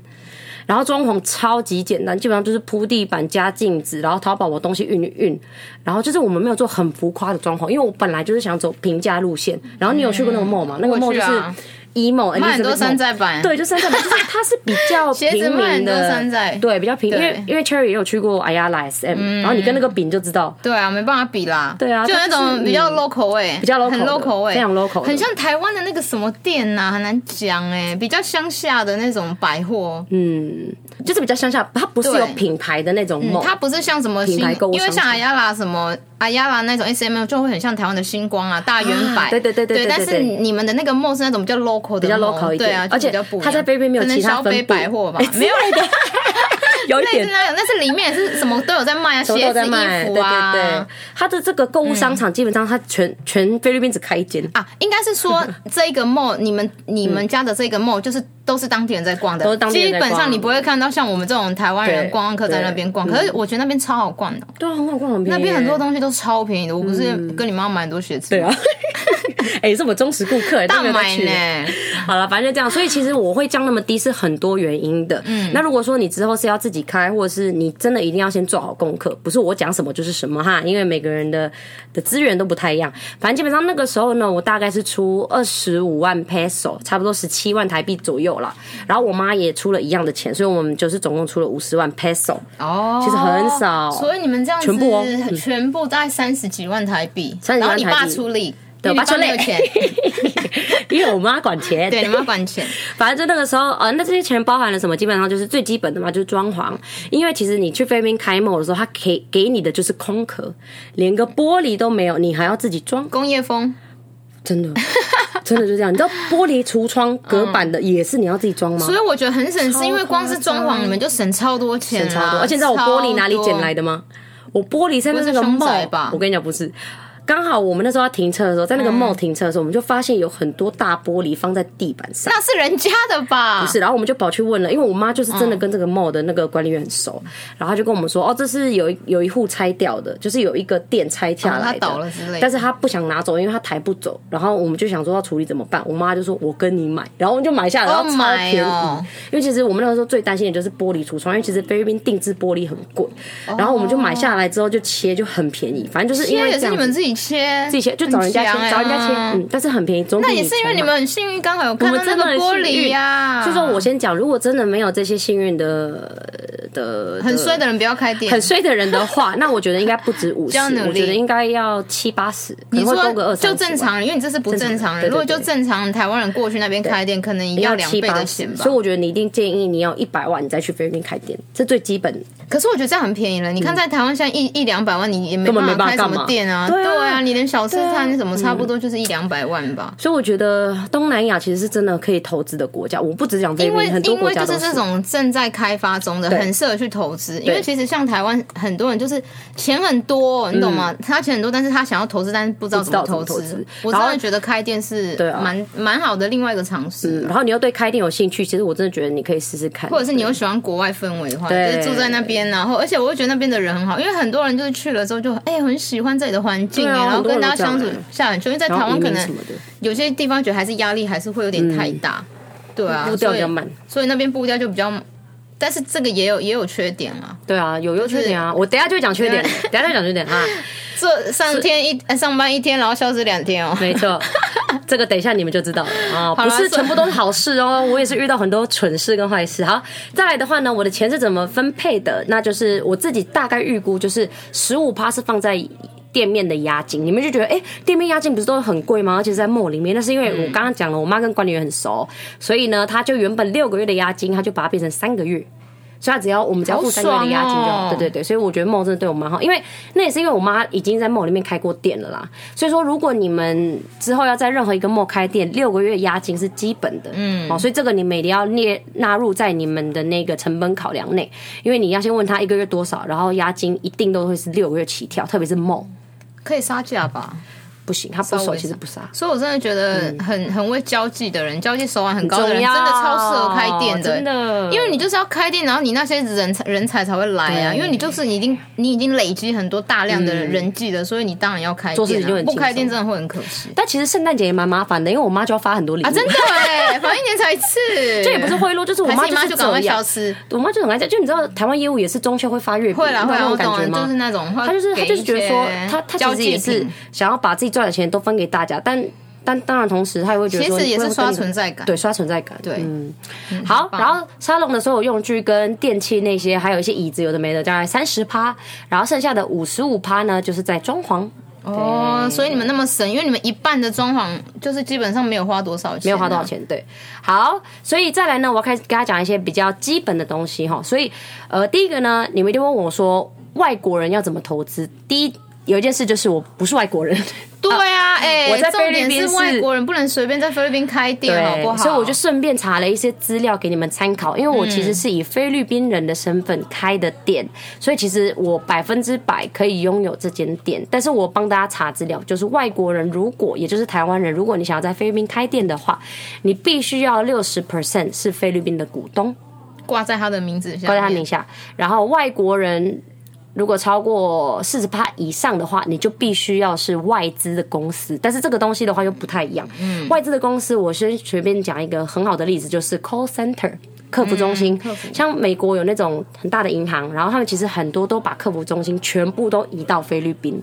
Speaker 2: 然后装潢超级简单，基本上就是铺地板加镜子，然后淘宝我东西运一运，然后就是我们没有做很浮夸的装潢，因为我本来就是想走平价路线。然后你有去过那个 mall 吗？那个
Speaker 1: 嗯我
Speaker 2: mall
Speaker 1: 去
Speaker 2: 就是
Speaker 1: 啊
Speaker 2: emo，
Speaker 1: 卖很多山寨版，
Speaker 2: 对，就山寨版，就是它是比较
Speaker 1: [LAUGHS] 鞋子
Speaker 2: 平
Speaker 1: 卖很
Speaker 2: 民
Speaker 1: 多山
Speaker 2: 的
Speaker 1: 寨，
Speaker 2: 对，比较平，因为
Speaker 1: 对嗯
Speaker 2: 因为 Cherry 也有去过 Ayala SM，、然后你跟那个饼就知道，
Speaker 1: 对啊，没办法比啦。
Speaker 2: 对啊嗯
Speaker 1: 就那种比较 local 哎、比
Speaker 2: 比较 local
Speaker 1: 很
Speaker 2: 的
Speaker 1: local 哎、
Speaker 2: 非常 local 的
Speaker 1: 很像台湾的那个什么店呐、很难讲哎、比较乡下的那种百货。
Speaker 2: 就是比较乡下，它不是
Speaker 1: 对嗯
Speaker 2: 有品牌的那种 mall，、
Speaker 1: 哎它不是像什么新，
Speaker 2: 品牌购物
Speaker 1: 因为
Speaker 2: 商
Speaker 1: 像
Speaker 2: 城
Speaker 1: 阿亚拉什么阿亚拉那种 S M 就会很像台湾的星光啊、大圆柏、
Speaker 2: 啊对对对对对
Speaker 1: 但
Speaker 2: 对
Speaker 1: 是
Speaker 2: 对
Speaker 1: 你们的那个 mall 是那种比较 local 的 mall，
Speaker 2: 比较 local 一点
Speaker 1: 对啊，就
Speaker 2: 而且
Speaker 1: 比较不一样
Speaker 2: 它在菲律宾没有
Speaker 1: 可能
Speaker 2: 其他
Speaker 1: 小北
Speaker 2: 分部
Speaker 1: 百货吧
Speaker 2: 哎，
Speaker 1: 没有
Speaker 2: 是
Speaker 1: 那个。
Speaker 2: 有一
Speaker 1: 类
Speaker 2: 点
Speaker 1: 似 [LAUGHS] 那种，但是里面也是什么都有在卖啊，鞋
Speaker 2: 都
Speaker 1: 子、
Speaker 2: 有在卖，
Speaker 1: 衣服啊，嗯
Speaker 2: 对对对，它的这个购物商场基本上它全、全菲律宾只开一间，
Speaker 1: 啊，应该是
Speaker 2: [LAUGHS]
Speaker 1: 说这个 mall，你们你们家的这个 mall 就是都是当地人在逛的，
Speaker 2: 嗯都是当地人
Speaker 1: 基
Speaker 2: 在
Speaker 1: 本
Speaker 2: 逛
Speaker 1: 上你不会看到像我们这种台湾人
Speaker 2: 对
Speaker 1: 观光客在那边逛，
Speaker 2: 对
Speaker 1: 可是我觉得那边超好逛的，
Speaker 2: 对啊，很好逛，很便宜嗯
Speaker 1: 那边很多东西都超便宜的。我不是跟你妈买很多鞋子，
Speaker 2: 对啊， [LAUGHS] 哎、是我忠实顾客，
Speaker 1: 大
Speaker 2: 都没有再
Speaker 1: 买
Speaker 2: 啊去了。
Speaker 1: 呢， [LAUGHS]
Speaker 2: 好了，反正就这样。所以其实我会降那么低是很多原因的。嗯，那如果说你之后是要自己开，或者是你真的一定要先做好功课，不是我讲什么就是什么哈，因为每个人的的资源都不太一样。反正基本上那个时候呢，我大概是出二十五万 peso，差不多十七万台币左右啦。然后我妈也出了一样的钱，所以我们就是总共出了五十万 peso，
Speaker 1: 哦，
Speaker 2: 其实很少
Speaker 1: 所以你们这样子
Speaker 2: 全部哦
Speaker 1: 全部大概三十几万台币，
Speaker 2: 30
Speaker 1: 然后你
Speaker 2: 万台
Speaker 1: 爸
Speaker 2: 币
Speaker 1: 出力，
Speaker 2: 对
Speaker 1: 因为你
Speaker 2: 我爸出力
Speaker 1: 没有
Speaker 2: [LAUGHS]
Speaker 1: 钱，
Speaker 2: 因为我妈管
Speaker 1: [LAUGHS]
Speaker 2: 钱。
Speaker 1: 对，你妈管钱，
Speaker 2: 反正就那个时候，呃，那这些钱包含了什么？基本上就是最基本的嘛，就是装潢。因为其实你去菲律宾开幕的时候，他给给你的就是空壳，连个玻璃都没有，你还要自己装，
Speaker 1: 工业风，
Speaker 2: 真的， [LAUGHS] 真的就这样。你知道玻璃橱窗隔板
Speaker 1: 嗯
Speaker 2: 的也是你要自己装吗？
Speaker 1: 所以我觉得很省，是因为
Speaker 2: 超
Speaker 1: 光
Speaker 2: 夸张
Speaker 1: 是装潢你们就省超多钱啊啦，
Speaker 2: 超多。而且你知道我玻璃哪里捡
Speaker 1: 超多
Speaker 2: 来的吗？我玻璃是那
Speaker 1: 嗯
Speaker 2: 个
Speaker 1: 不是凶宅
Speaker 2: 帽
Speaker 1: 吧嗯
Speaker 2: 我跟你讲不是。刚好我们那时候要停车的时候，在那个 mall 停车的时候，我们就发现有很多大玻璃放在地板上。
Speaker 1: 那是人家的吧？
Speaker 2: 是，然后我们就跑去问了，因为我妈就是
Speaker 1: 嗯
Speaker 2: 真的跟这个 mall 的那个管理员很熟，然后她就跟我们说，哦，这是有一有一户拆掉的，就是有一个店拆下来
Speaker 1: 哦
Speaker 2: 的，
Speaker 1: 它倒了之类的
Speaker 2: 但是她不想拿走，因为她抬不走。然后我们就想说要处理怎么办，我妈就说我跟你买，然后我们就买下来，然后
Speaker 1: Oh
Speaker 2: 超
Speaker 1: my
Speaker 2: 便宜。
Speaker 1: 哦
Speaker 2: 因为其实我们那个时候最担心的就是玻璃橱窗，因为其实菲律宾定制玻璃很贵，然后我们就买下来之后就切就很便宜，反正就是因
Speaker 1: 哦切
Speaker 2: 为
Speaker 1: 也
Speaker 2: 这
Speaker 1: 是
Speaker 2: 样
Speaker 1: 你
Speaker 2: 子
Speaker 1: 们自己切，
Speaker 2: 自己切，就找人家
Speaker 1: 很强
Speaker 2: 切，
Speaker 1: 欸
Speaker 2: 找人家切，
Speaker 1: 嗯
Speaker 2: 嗯，但是很便宜，总比
Speaker 1: 那也是因为
Speaker 2: 重
Speaker 1: 你
Speaker 2: 买
Speaker 1: 们很幸运，刚好有看到那个
Speaker 2: 很
Speaker 1: 玻
Speaker 2: 幸
Speaker 1: 璃
Speaker 2: 运
Speaker 1: 呀、
Speaker 2: 就说我先讲，如果真的没有这些幸运的的
Speaker 1: 很衰的人不要开店，
Speaker 2: 很衰的人的话，
Speaker 1: [LAUGHS]
Speaker 2: 那我觉得应该不止五十，
Speaker 1: 要努力
Speaker 2: 我觉得应该要七八十，可
Speaker 1: 你
Speaker 2: 能会
Speaker 1: 说
Speaker 2: 多个二
Speaker 1: 就
Speaker 2: 三
Speaker 1: 正
Speaker 2: 十。
Speaker 1: 常人，因为你这是不正常人。
Speaker 2: 正常人
Speaker 1: 如果
Speaker 2: 对对
Speaker 1: 就
Speaker 2: 对
Speaker 1: 正常人台湾人过去那边开店，可能也要两
Speaker 2: 七
Speaker 1: 倍
Speaker 2: 八
Speaker 1: 的
Speaker 2: 十
Speaker 1: 钱，吧
Speaker 2: 所以。我觉得你一定建议你要一百万，你再去菲律宾开店，这最基本。
Speaker 1: 可是我觉得这样很便宜了。你看在台湾现在一一两百万，你也没
Speaker 2: 根本嗯没
Speaker 1: 法开什
Speaker 2: 办法干嘛
Speaker 1: 么店啊，
Speaker 2: 对啊
Speaker 1: 对啊，你连小吃
Speaker 2: 对
Speaker 1: 摊
Speaker 2: 啊
Speaker 1: 什么差不多就是一两百万吧。
Speaker 2: 所以我觉得东南亚其实是真的可以投资的国家，我不只讲菲律
Speaker 1: 因为
Speaker 2: 宾，很多
Speaker 1: 因
Speaker 2: 国
Speaker 1: 为
Speaker 2: 家
Speaker 1: 就是
Speaker 2: 都
Speaker 1: 这种正在开发中的，很适合去投资。因为其实像台湾很多人就是钱很多，你懂吗？他钱很多，但是他想要投资，但是不知道怎么
Speaker 2: 嗯不知道
Speaker 1: 投
Speaker 2: 怎么投
Speaker 1: 资
Speaker 2: 资。
Speaker 1: 我
Speaker 2: 然
Speaker 1: 真
Speaker 2: 后
Speaker 1: 的觉得开店是
Speaker 2: 啊
Speaker 1: 蛮蛮好的另外一个尝试。
Speaker 2: 然后你又对开店有兴趣，其实我真的觉得你可以试试看，
Speaker 1: 或者是你又喜欢国外氛围的话，就
Speaker 2: 对
Speaker 1: 是住在那边，然后而且我会觉得那边的人很好，因为很多人就是去了之后就哎、很喜欢这里的环境、
Speaker 2: 对啊
Speaker 1: 然后
Speaker 2: 很多人
Speaker 1: 跟大家
Speaker 2: 都这样
Speaker 1: 相处
Speaker 2: 欸
Speaker 1: 下很久。因为在台
Speaker 2: 然后
Speaker 1: 湾
Speaker 2: 移
Speaker 1: 可
Speaker 2: 民
Speaker 1: 能
Speaker 2: 什么的，
Speaker 1: 有些地方觉得还是压力还是会有点太大，对啊，
Speaker 2: 嗯步调比较
Speaker 1: 所以
Speaker 2: 慢。
Speaker 1: 所以那边步调就比较，但是这个也有也有缺点啊。
Speaker 2: 对啊，有优缺点啊，我等一下就会讲缺点，等一下就讲缺点啊，
Speaker 1: 这上天一呃上班一天，然后消失两天哦。
Speaker 2: 没错，这个等一下你们就知道了啊，
Speaker 1: 啦
Speaker 2: 不是
Speaker 1: 算
Speaker 2: 全部都是好事哦，我也是遇到很多蠢事跟坏事。好，再来的话呢，我的钱是怎么分配的？那就是我自己大概预估，就是十五趴是放在。店面的押金，你们就觉得，哎、店面押金不是都很贵吗？而且是在 mall 里面，那是因为我刚刚讲了，我妈跟管理员很熟，所以呢，她就原本六个月的押金，她就把它变成三个月，所以她只要我们只要付
Speaker 1: 好
Speaker 2: 三个月的押金就
Speaker 1: 爽
Speaker 2: 好。
Speaker 1: 哦
Speaker 2: 对对对，所以我觉得 mall 真的对我蛮好，因为那也是因为我妈已经在 mall 里面开过店了啦。所以说，如果你们之后要在任何一个 mall 开店，六个月押金是基本的，嗯，哦，所以这个你们一定要列纳入在你们的那个成本考量内，因为你要先问他一个月多少，然后押金一定都会是六个月起跳，特别是 mall
Speaker 1: 可以杀价吧？
Speaker 2: 不行，他不
Speaker 1: 稍
Speaker 2: 熟
Speaker 1: 微
Speaker 2: 其实不杀。
Speaker 1: 所以我真的觉得很很会交际的人，交际手腕很高的人，
Speaker 2: 嗯重要
Speaker 1: 真的超适合开店的，
Speaker 2: 真的
Speaker 1: 因为你就是要开店，然后你那些人才人才才会来啊，
Speaker 2: 对
Speaker 1: 因为你就是你已经你已经累积很多大量的人际了，所以你当然要开
Speaker 2: 做事
Speaker 1: 店
Speaker 2: 情就
Speaker 1: 啊，
Speaker 2: 很
Speaker 1: 不
Speaker 2: 轻
Speaker 1: 开店
Speaker 2: 松
Speaker 1: 真的会很可惜
Speaker 2: 但其实圣诞节也蛮麻烦的，因为我妈就要发很多礼物，
Speaker 1: 啊，真的
Speaker 2: [LAUGHS]
Speaker 1: 哎，反正一年才一次，
Speaker 2: 这也不是贿�赂，就是我
Speaker 1: 还
Speaker 2: 妈
Speaker 1: 是你妈
Speaker 2: 是
Speaker 1: 就赶快
Speaker 2: 这样
Speaker 1: 消失，
Speaker 2: 我妈就很爱讲，就你知道台湾业务也是中秋会发月饼，
Speaker 1: 会啦
Speaker 2: 你
Speaker 1: 会啦，
Speaker 2: 知道
Speaker 1: 我
Speaker 2: 那种
Speaker 1: 懂了，
Speaker 2: 感觉吗？
Speaker 1: 就是那种，
Speaker 2: 他就是他就是觉得说，他他
Speaker 1: 交
Speaker 2: 其实
Speaker 1: 际
Speaker 2: 也是
Speaker 1: 品
Speaker 2: 想要把自己赚的钱都分给大家，但但当然同时他也会觉得
Speaker 1: 其
Speaker 2: 说，
Speaker 1: 实也
Speaker 2: 你
Speaker 1: 是
Speaker 2: 不
Speaker 1: 刷
Speaker 2: 能跟你
Speaker 1: 存在感，
Speaker 2: 对刷存在感，
Speaker 1: 对
Speaker 2: 嗯，好。然后沙龙的所有用具跟电器那些，还有一些椅子，有的没的，大概三十趴，然后剩下的五十五趴呢，就是在装潢。
Speaker 1: 哦，所以你们那么省，因为你们一半的装潢就是基本上没有花多少钱啊，没
Speaker 2: 没有花多少钱，对。好，所以再来呢，我要开始跟他讲一些比较基本的东西哈。所以，呃，第一个呢，你们一定问我说，外国人要怎么投资？第一，有一件事就是我不是外国人，
Speaker 1: 对啊，哎、
Speaker 2: 我在
Speaker 1: 重
Speaker 2: 菲律
Speaker 1: 点
Speaker 2: 宾
Speaker 1: 是外
Speaker 2: 是
Speaker 1: 国人不能随便在菲律宾开 [LAUGHS] 店，好不好？
Speaker 2: 所以我就顺便查了一些资料给你们参考，因为我其实是以菲律宾人的身份开的店，所以其实我百分之百可以拥有这间店。但是我帮大家查资料，就是外国人如果也就是台湾人，如果你想要在菲律宾开店的话，你必须要六十 percent 是菲律宾的股东，
Speaker 1: 挂在他的名字下，
Speaker 2: 挂在他名。下，然后外国人。如果超过四十趴以上的话，你就必须要是外资的公司。但是这个东西的话又不太一样。嗯，外资的公司，我先随便讲一个很好的例子，就是 call center 嗯客服中心。像美国有那种很大的银行，然后他们其实很多都把客服中心全部都移到菲律宾，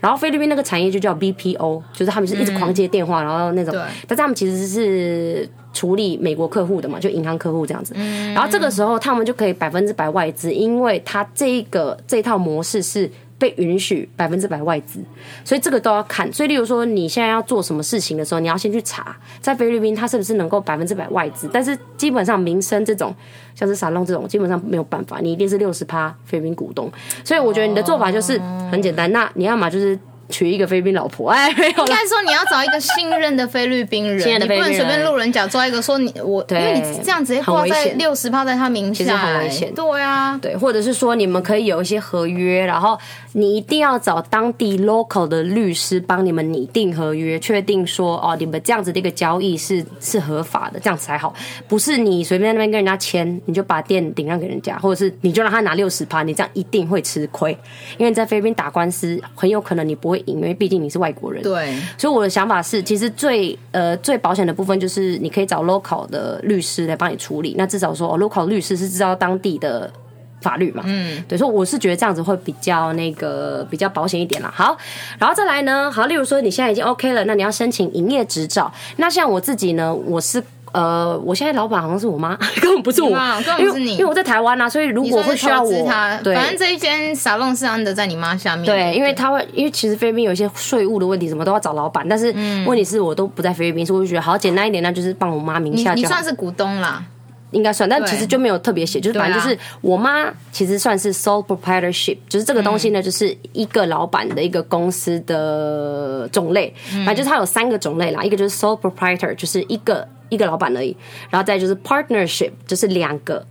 Speaker 2: 然后菲律宾那个产业就叫 BPO，就是他们是一直狂接电话，然后那种
Speaker 1: 对，
Speaker 2: 但是他们其实是处理美国客户的嘛，就银行客户这样子。然后这个时候他们就可以百分之百外资，因为他这一个这套模式是。被允许百分之百外资，所以这个都要看。所以，例如说你现在要做什么事情的时候，你要先去查，在菲律宾它是不是能够百分之百外资。但是基本上民生这种，像是沙龙这种，基本上没有办法，你一定是六十趴菲律宾股东。所以我觉得你的做法就是很简单，那你要么就是娶一个菲律宾老婆，哎，没有
Speaker 1: 应
Speaker 2: 啦
Speaker 1: 该说你要找一个信任的菲律宾人，
Speaker 2: 信任的
Speaker 1: 你不
Speaker 2: 菲
Speaker 1: 能
Speaker 2: 律宾
Speaker 1: 随
Speaker 2: 人
Speaker 1: 便路人甲抓一个说你我，因
Speaker 2: 对
Speaker 1: 为你这样直接挂
Speaker 2: 很危
Speaker 1: 在
Speaker 2: 险
Speaker 1: 六十趴在他名下、
Speaker 2: 其实很危险
Speaker 1: 对啊，
Speaker 2: 对，或者是说你们可以有一些合约，然后你一定要找当地 local 的律师帮你们拟定合约，确定说哦，你们这样子的一个交易是是合法的，这样子才好，不是你随便在那边跟人家签，你就把店顶让给人家，或者是你就让他拿六十趴，你这样一定会吃亏，因为你在菲律宾打官司很有可能你不会赢，因为毕竟你是外国人。
Speaker 1: 对，
Speaker 2: 所以我的想法是，其实最呃最保险的部分就是你可以找 local 的律师来帮你处理。那至少说、哦、local 律师是知道当地的法律嘛，嗯，对，所以我是觉得这样子会比较那个比较保险一点啦。好，然后再来呢，好，例如说你现在已经 OK 了，那你要申请营业执照。那像我自己呢，我是。呃，我现在老板好像是我妈， [LAUGHS] 根本不是我，
Speaker 1: 你妈根本不
Speaker 2: 因为
Speaker 1: 是你
Speaker 2: 因为我在台湾啊，所以如
Speaker 1: 你
Speaker 2: 果
Speaker 1: 说是
Speaker 2: 会需要
Speaker 1: 投资
Speaker 2: 我
Speaker 1: 他，，
Speaker 2: 对，
Speaker 1: 反正这一间沙龙是安的在你妈下面，
Speaker 2: 对，因为他会，因为其实菲律宾有一些税务的问题，什么都要找老板。但是
Speaker 1: 嗯
Speaker 2: 问题是我都不在菲律宾，所以我就觉得好简单一点，那就是帮我妈名
Speaker 1: 你
Speaker 2: 下
Speaker 1: 你
Speaker 2: 就好
Speaker 1: 算，是股东啦，
Speaker 2: 应该算。但
Speaker 1: 对
Speaker 2: 其实就没有特别写，就是
Speaker 1: 对啊
Speaker 2: 反正就是我妈其实算是 sole proprietorship，就是这个东
Speaker 1: 嗯
Speaker 2: 西呢，就是一个老板的一个公司的种类。
Speaker 1: 嗯
Speaker 2: 反正就是它有三个种类啦，一个就是 sole proprietor，就是一个一个老板而已，然后再就是 partnership，就是两个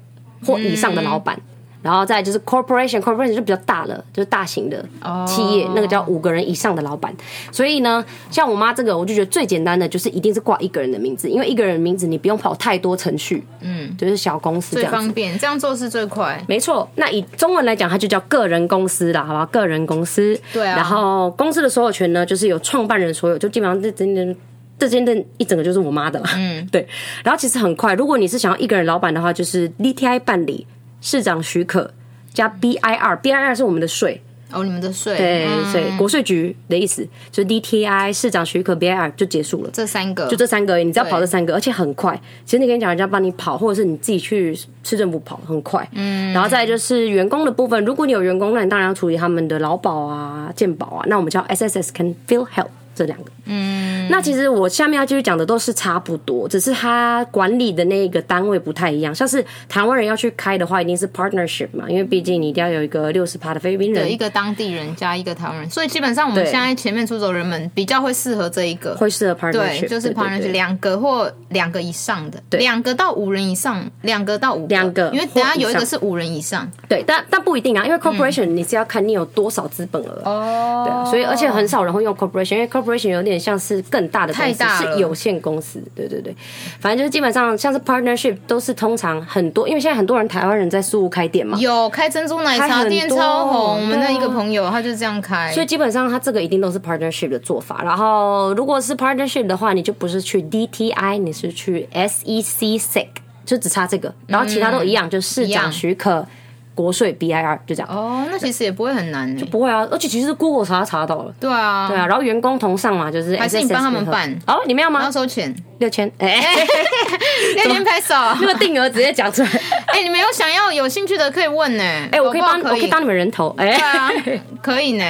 Speaker 2: 或以
Speaker 1: 嗯
Speaker 2: 上的老板。然后再就是 corporation，corporation 就比较大了，就是大型的企业，那个叫五个人以上的老板。所以呢，像我妈这个，我就觉得最简单的就是一定是挂一个人的名字，因为一个人的名字你不用跑太多程序，嗯，就是小公司这
Speaker 1: 最
Speaker 2: 样子
Speaker 1: 方。便，这样做是最快。
Speaker 2: 没错，那以中文来讲，它就叫个人公司啦，好吧？个人公司。
Speaker 1: 对啊
Speaker 2: 然后公司的所有权呢，就是由创办人所有，就基本上这真的。这间店一整个就是我妈的啦，嗯， [LAUGHS] 对。然后其实很快，如果你是想要一个人老板的话，就是 DTI 办理，市长许可加 BIR，BIR 是我们的税，
Speaker 1: 哦，你们的税，
Speaker 2: 对，
Speaker 1: 嗯
Speaker 2: 所以国税局的意思就是 DTI 市长许可 BIR 就结束了。
Speaker 1: 这三个
Speaker 2: 就这三个而已，你只要
Speaker 1: 对
Speaker 2: 跑这三个，而且很快。其实你跟你讲，人家帮你跑，或者是你自己去市政府跑，很快。嗯，然后再来就是员工的部分，如果你有员工，那你当然要处理他们的劳保啊、健保啊，那我们叫 SSS 跟 Field Help 这两个。嗯，那其实我下面要继续讲的都是差不多，只是他管理的那个单位不太一样。像是台湾人要去开的话，一定是 partnership 嘛，因为毕竟你一定要有一个六十趴的菲律宾人
Speaker 1: 对一个当地人加一个台湾人，所以基本上我们
Speaker 2: 对
Speaker 1: 现在前面出走人们比较会适合这一个，
Speaker 2: 会适合 partnership，
Speaker 1: 对，就是
Speaker 2: 对
Speaker 1: partnership 两个或两个以上的，两个到五人以上，两个到五
Speaker 2: 两个
Speaker 1: 因为等下
Speaker 2: 或以
Speaker 1: 有一个
Speaker 2: 上
Speaker 1: 是五人以上，
Speaker 2: 对，但但不一定
Speaker 1: 嗯
Speaker 2: 啊，因为 corporation 你是要看你有多少资本额哦，对啊，所以而且很少人会用 corporation，因为 corporation 有点像是更大的公
Speaker 1: 太
Speaker 2: 司，
Speaker 1: 大了
Speaker 2: 是有限公司，对对对，反正就是基本上像是 partnership 都是通常很多，因为现在很多人台湾人在苏屋开店嘛，
Speaker 1: 有开珍珠奶
Speaker 2: 开
Speaker 1: 茶
Speaker 2: 很
Speaker 1: 店
Speaker 2: 多
Speaker 1: 超红，我们的
Speaker 2: 对啊
Speaker 1: 一个朋友他就这样开，
Speaker 2: 所以基本上它这个一定都是 partnership 的做法。然后如果是 partnership 的话，你就不是去 DTI，你是去 E SEC SEC，就只差这个，然后其他都一样，就
Speaker 1: 嗯
Speaker 2: 市
Speaker 1: 一
Speaker 2: 长
Speaker 1: 样
Speaker 2: 许可、国税 BIR 就这样。
Speaker 1: 哦，那其实也不会很难欸，
Speaker 2: 不会啊，而且其实 Google 查查到了。
Speaker 1: 对啊，
Speaker 2: 对啊，然后员工同上嘛，就是还
Speaker 1: 是你帮他们办
Speaker 2: 哦，你们要
Speaker 1: 要
Speaker 2: 吗？
Speaker 1: 收钱，
Speaker 2: 六千，
Speaker 1: [LAUGHS]
Speaker 2: 哎，
Speaker 1: 那边拍手，
Speaker 2: 这个定额直接讲出来。
Speaker 1: 哎，你们有想要有兴趣的可以问呢，哎
Speaker 2: 哎，我可以帮，我
Speaker 1: 可
Speaker 2: 可以当你们人头。哎
Speaker 1: 对，啊，
Speaker 2: [LAUGHS]
Speaker 1: 可以呢，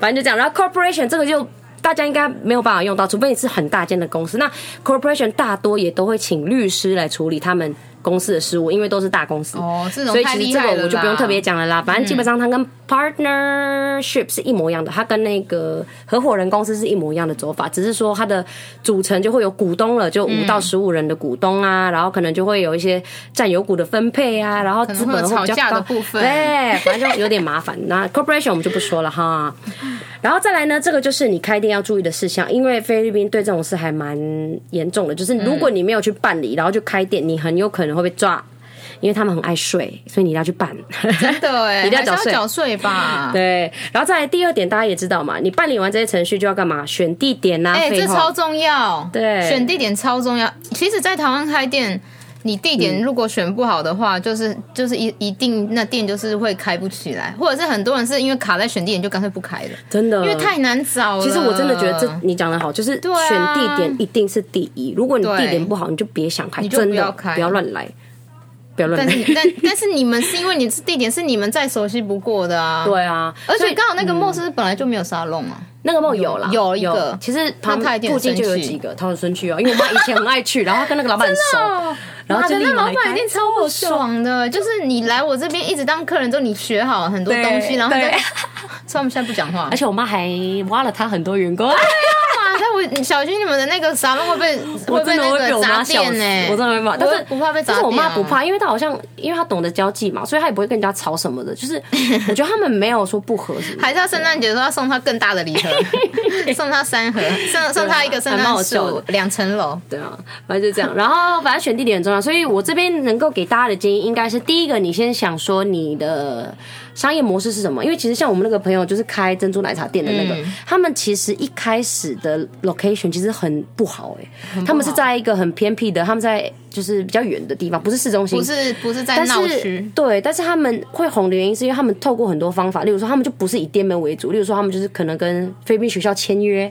Speaker 2: 反正就这样。然后 corporation 这个就大家应该没有办法用到，除非你是很大间的公司。那 corporation 大多也都会请律师来处理他们公司的事务，因为都是大公司。
Speaker 1: 哦这种
Speaker 2: 所以
Speaker 1: 太
Speaker 2: 其实
Speaker 1: 厉
Speaker 2: 这
Speaker 1: 害了
Speaker 2: 个我就不用
Speaker 1: 啦嗯
Speaker 2: 特别讲了啦。反正基本上它跟 partnership 是一模一样的，它跟那个合伙人公司是一模一样的走法，只是说它的组成就会有股东了，就
Speaker 1: 嗯
Speaker 2: 五到十五人的股东啊，然后可能就会有一些占有股的分配啊，然后资
Speaker 1: 能会
Speaker 2: 本
Speaker 1: 有
Speaker 2: 会比
Speaker 1: 吵
Speaker 2: 较
Speaker 1: 架的
Speaker 2: 高
Speaker 1: 部分
Speaker 2: 对，哎，反正就有点麻烦。那 corporation 我们就不说了哈。然后再来呢，这个就是你开店要注意的事项，因为菲律宾对这种事还蛮严重的，就是如果你没有去办理，然后就开店，你很有可能会被抓，因为他们很爱睡，所以你一定要去
Speaker 1: [LAUGHS]
Speaker 2: 办。
Speaker 1: 真的哎，
Speaker 2: 一定要
Speaker 1: 还是
Speaker 2: 缴税
Speaker 1: 缴税吧，
Speaker 2: 对，然后再来第二点，大家也知道嘛，你办理完这些程序就要干嘛？选地点呐、啊，
Speaker 1: 哎、
Speaker 2: 废
Speaker 1: 这
Speaker 2: 话
Speaker 1: 超重要，
Speaker 2: 对
Speaker 1: 选地点超重要。其实，在台湾开店，你地
Speaker 2: 嗯
Speaker 1: 点如果选不好的话，就是就是一一定那店就是会开不起来，或者是很多人是因为卡在选地点就干脆不开了，
Speaker 2: 真的，
Speaker 1: 因为太难找了。
Speaker 2: 嗯其实我真的觉得这你讲的好，就是
Speaker 1: 啊
Speaker 2: 选地点一定是第一。如果你地点不好，你就别想开，
Speaker 1: 啊你就
Speaker 2: 真
Speaker 1: 不要
Speaker 2: 的
Speaker 1: 开
Speaker 2: 不要乱来，不要乱
Speaker 1: 但
Speaker 2: [LAUGHS] 来
Speaker 1: 是。但但是你们是因为你地点是你们再熟悉不过的啊，。
Speaker 2: 对啊，
Speaker 1: 而
Speaker 2: 所以
Speaker 1: 且刚好那个莫斯本来就没有沙龙啊，
Speaker 2: 那个梦有啦，
Speaker 1: 有有一个
Speaker 2: 其实旁
Speaker 1: 那他一定
Speaker 2: 附
Speaker 1: 很
Speaker 2: 近就有
Speaker 1: 生气
Speaker 2: 几个，他很生气哦，因为我妈以前很爱去，然后她跟那个老板很熟，然后
Speaker 1: 妈
Speaker 2: 就
Speaker 1: 哦的
Speaker 2: 立
Speaker 1: 那
Speaker 2: 马
Speaker 1: 老板
Speaker 2: 来
Speaker 1: 一
Speaker 2: 开
Speaker 1: 定超不爽的，就是你来我这边一直当客人之后，你学好很多 [LAUGHS]
Speaker 2: 对
Speaker 1: 东西，然后你
Speaker 2: 对
Speaker 1: 再所以我们现在不讲话
Speaker 2: 而。且我妈还挖了她很多员
Speaker 1: 哎
Speaker 2: 工，
Speaker 1: 哇，那啊我小心你们的那个沙龙会被
Speaker 2: [LAUGHS] 我
Speaker 1: 被
Speaker 2: 真的
Speaker 1: 那
Speaker 2: 会被
Speaker 1: 个
Speaker 2: 我妈
Speaker 1: 砸
Speaker 2: 笑
Speaker 1: 店欸呢。
Speaker 2: 死，我真的会骂。但
Speaker 1: 我
Speaker 2: 是
Speaker 1: 也不怕被砸
Speaker 2: 但是我妈
Speaker 1: 店啊
Speaker 2: 不怕，因为她好像因为她懂得交际嘛，所以她也不会跟人家吵什么的。就是 [LAUGHS] 我觉得他们没有说不合什么的。
Speaker 1: 还是要圣诞节的时候要送他更大的礼盒，
Speaker 2: [LAUGHS]
Speaker 1: 送他三盒，送送他一个圣
Speaker 2: 啊还蛮
Speaker 1: 诞
Speaker 2: 好笑
Speaker 1: 树
Speaker 2: 的，
Speaker 1: 两层楼。
Speaker 2: 对啊，反正就这样。然后反正选地点很重要，所以我这边能够给大家的建议应该是：第一个，你先想说你的商业模式是什么？因为其实像我们那个朋友就是开珍珠奶茶店的那个，他们其实一开始的 location 其实很不好哎、他们是在一个很偏僻的，他们在就是比较远的地方，不是市中心，
Speaker 1: 不是不是在
Speaker 2: 但
Speaker 1: 闹
Speaker 2: 是
Speaker 1: 区，
Speaker 2: 对，但是他们会红的原因是因为他们透过很多方法，例如说他们就不是以店面为主，例如说他们就是可能跟菲律宾学校签约，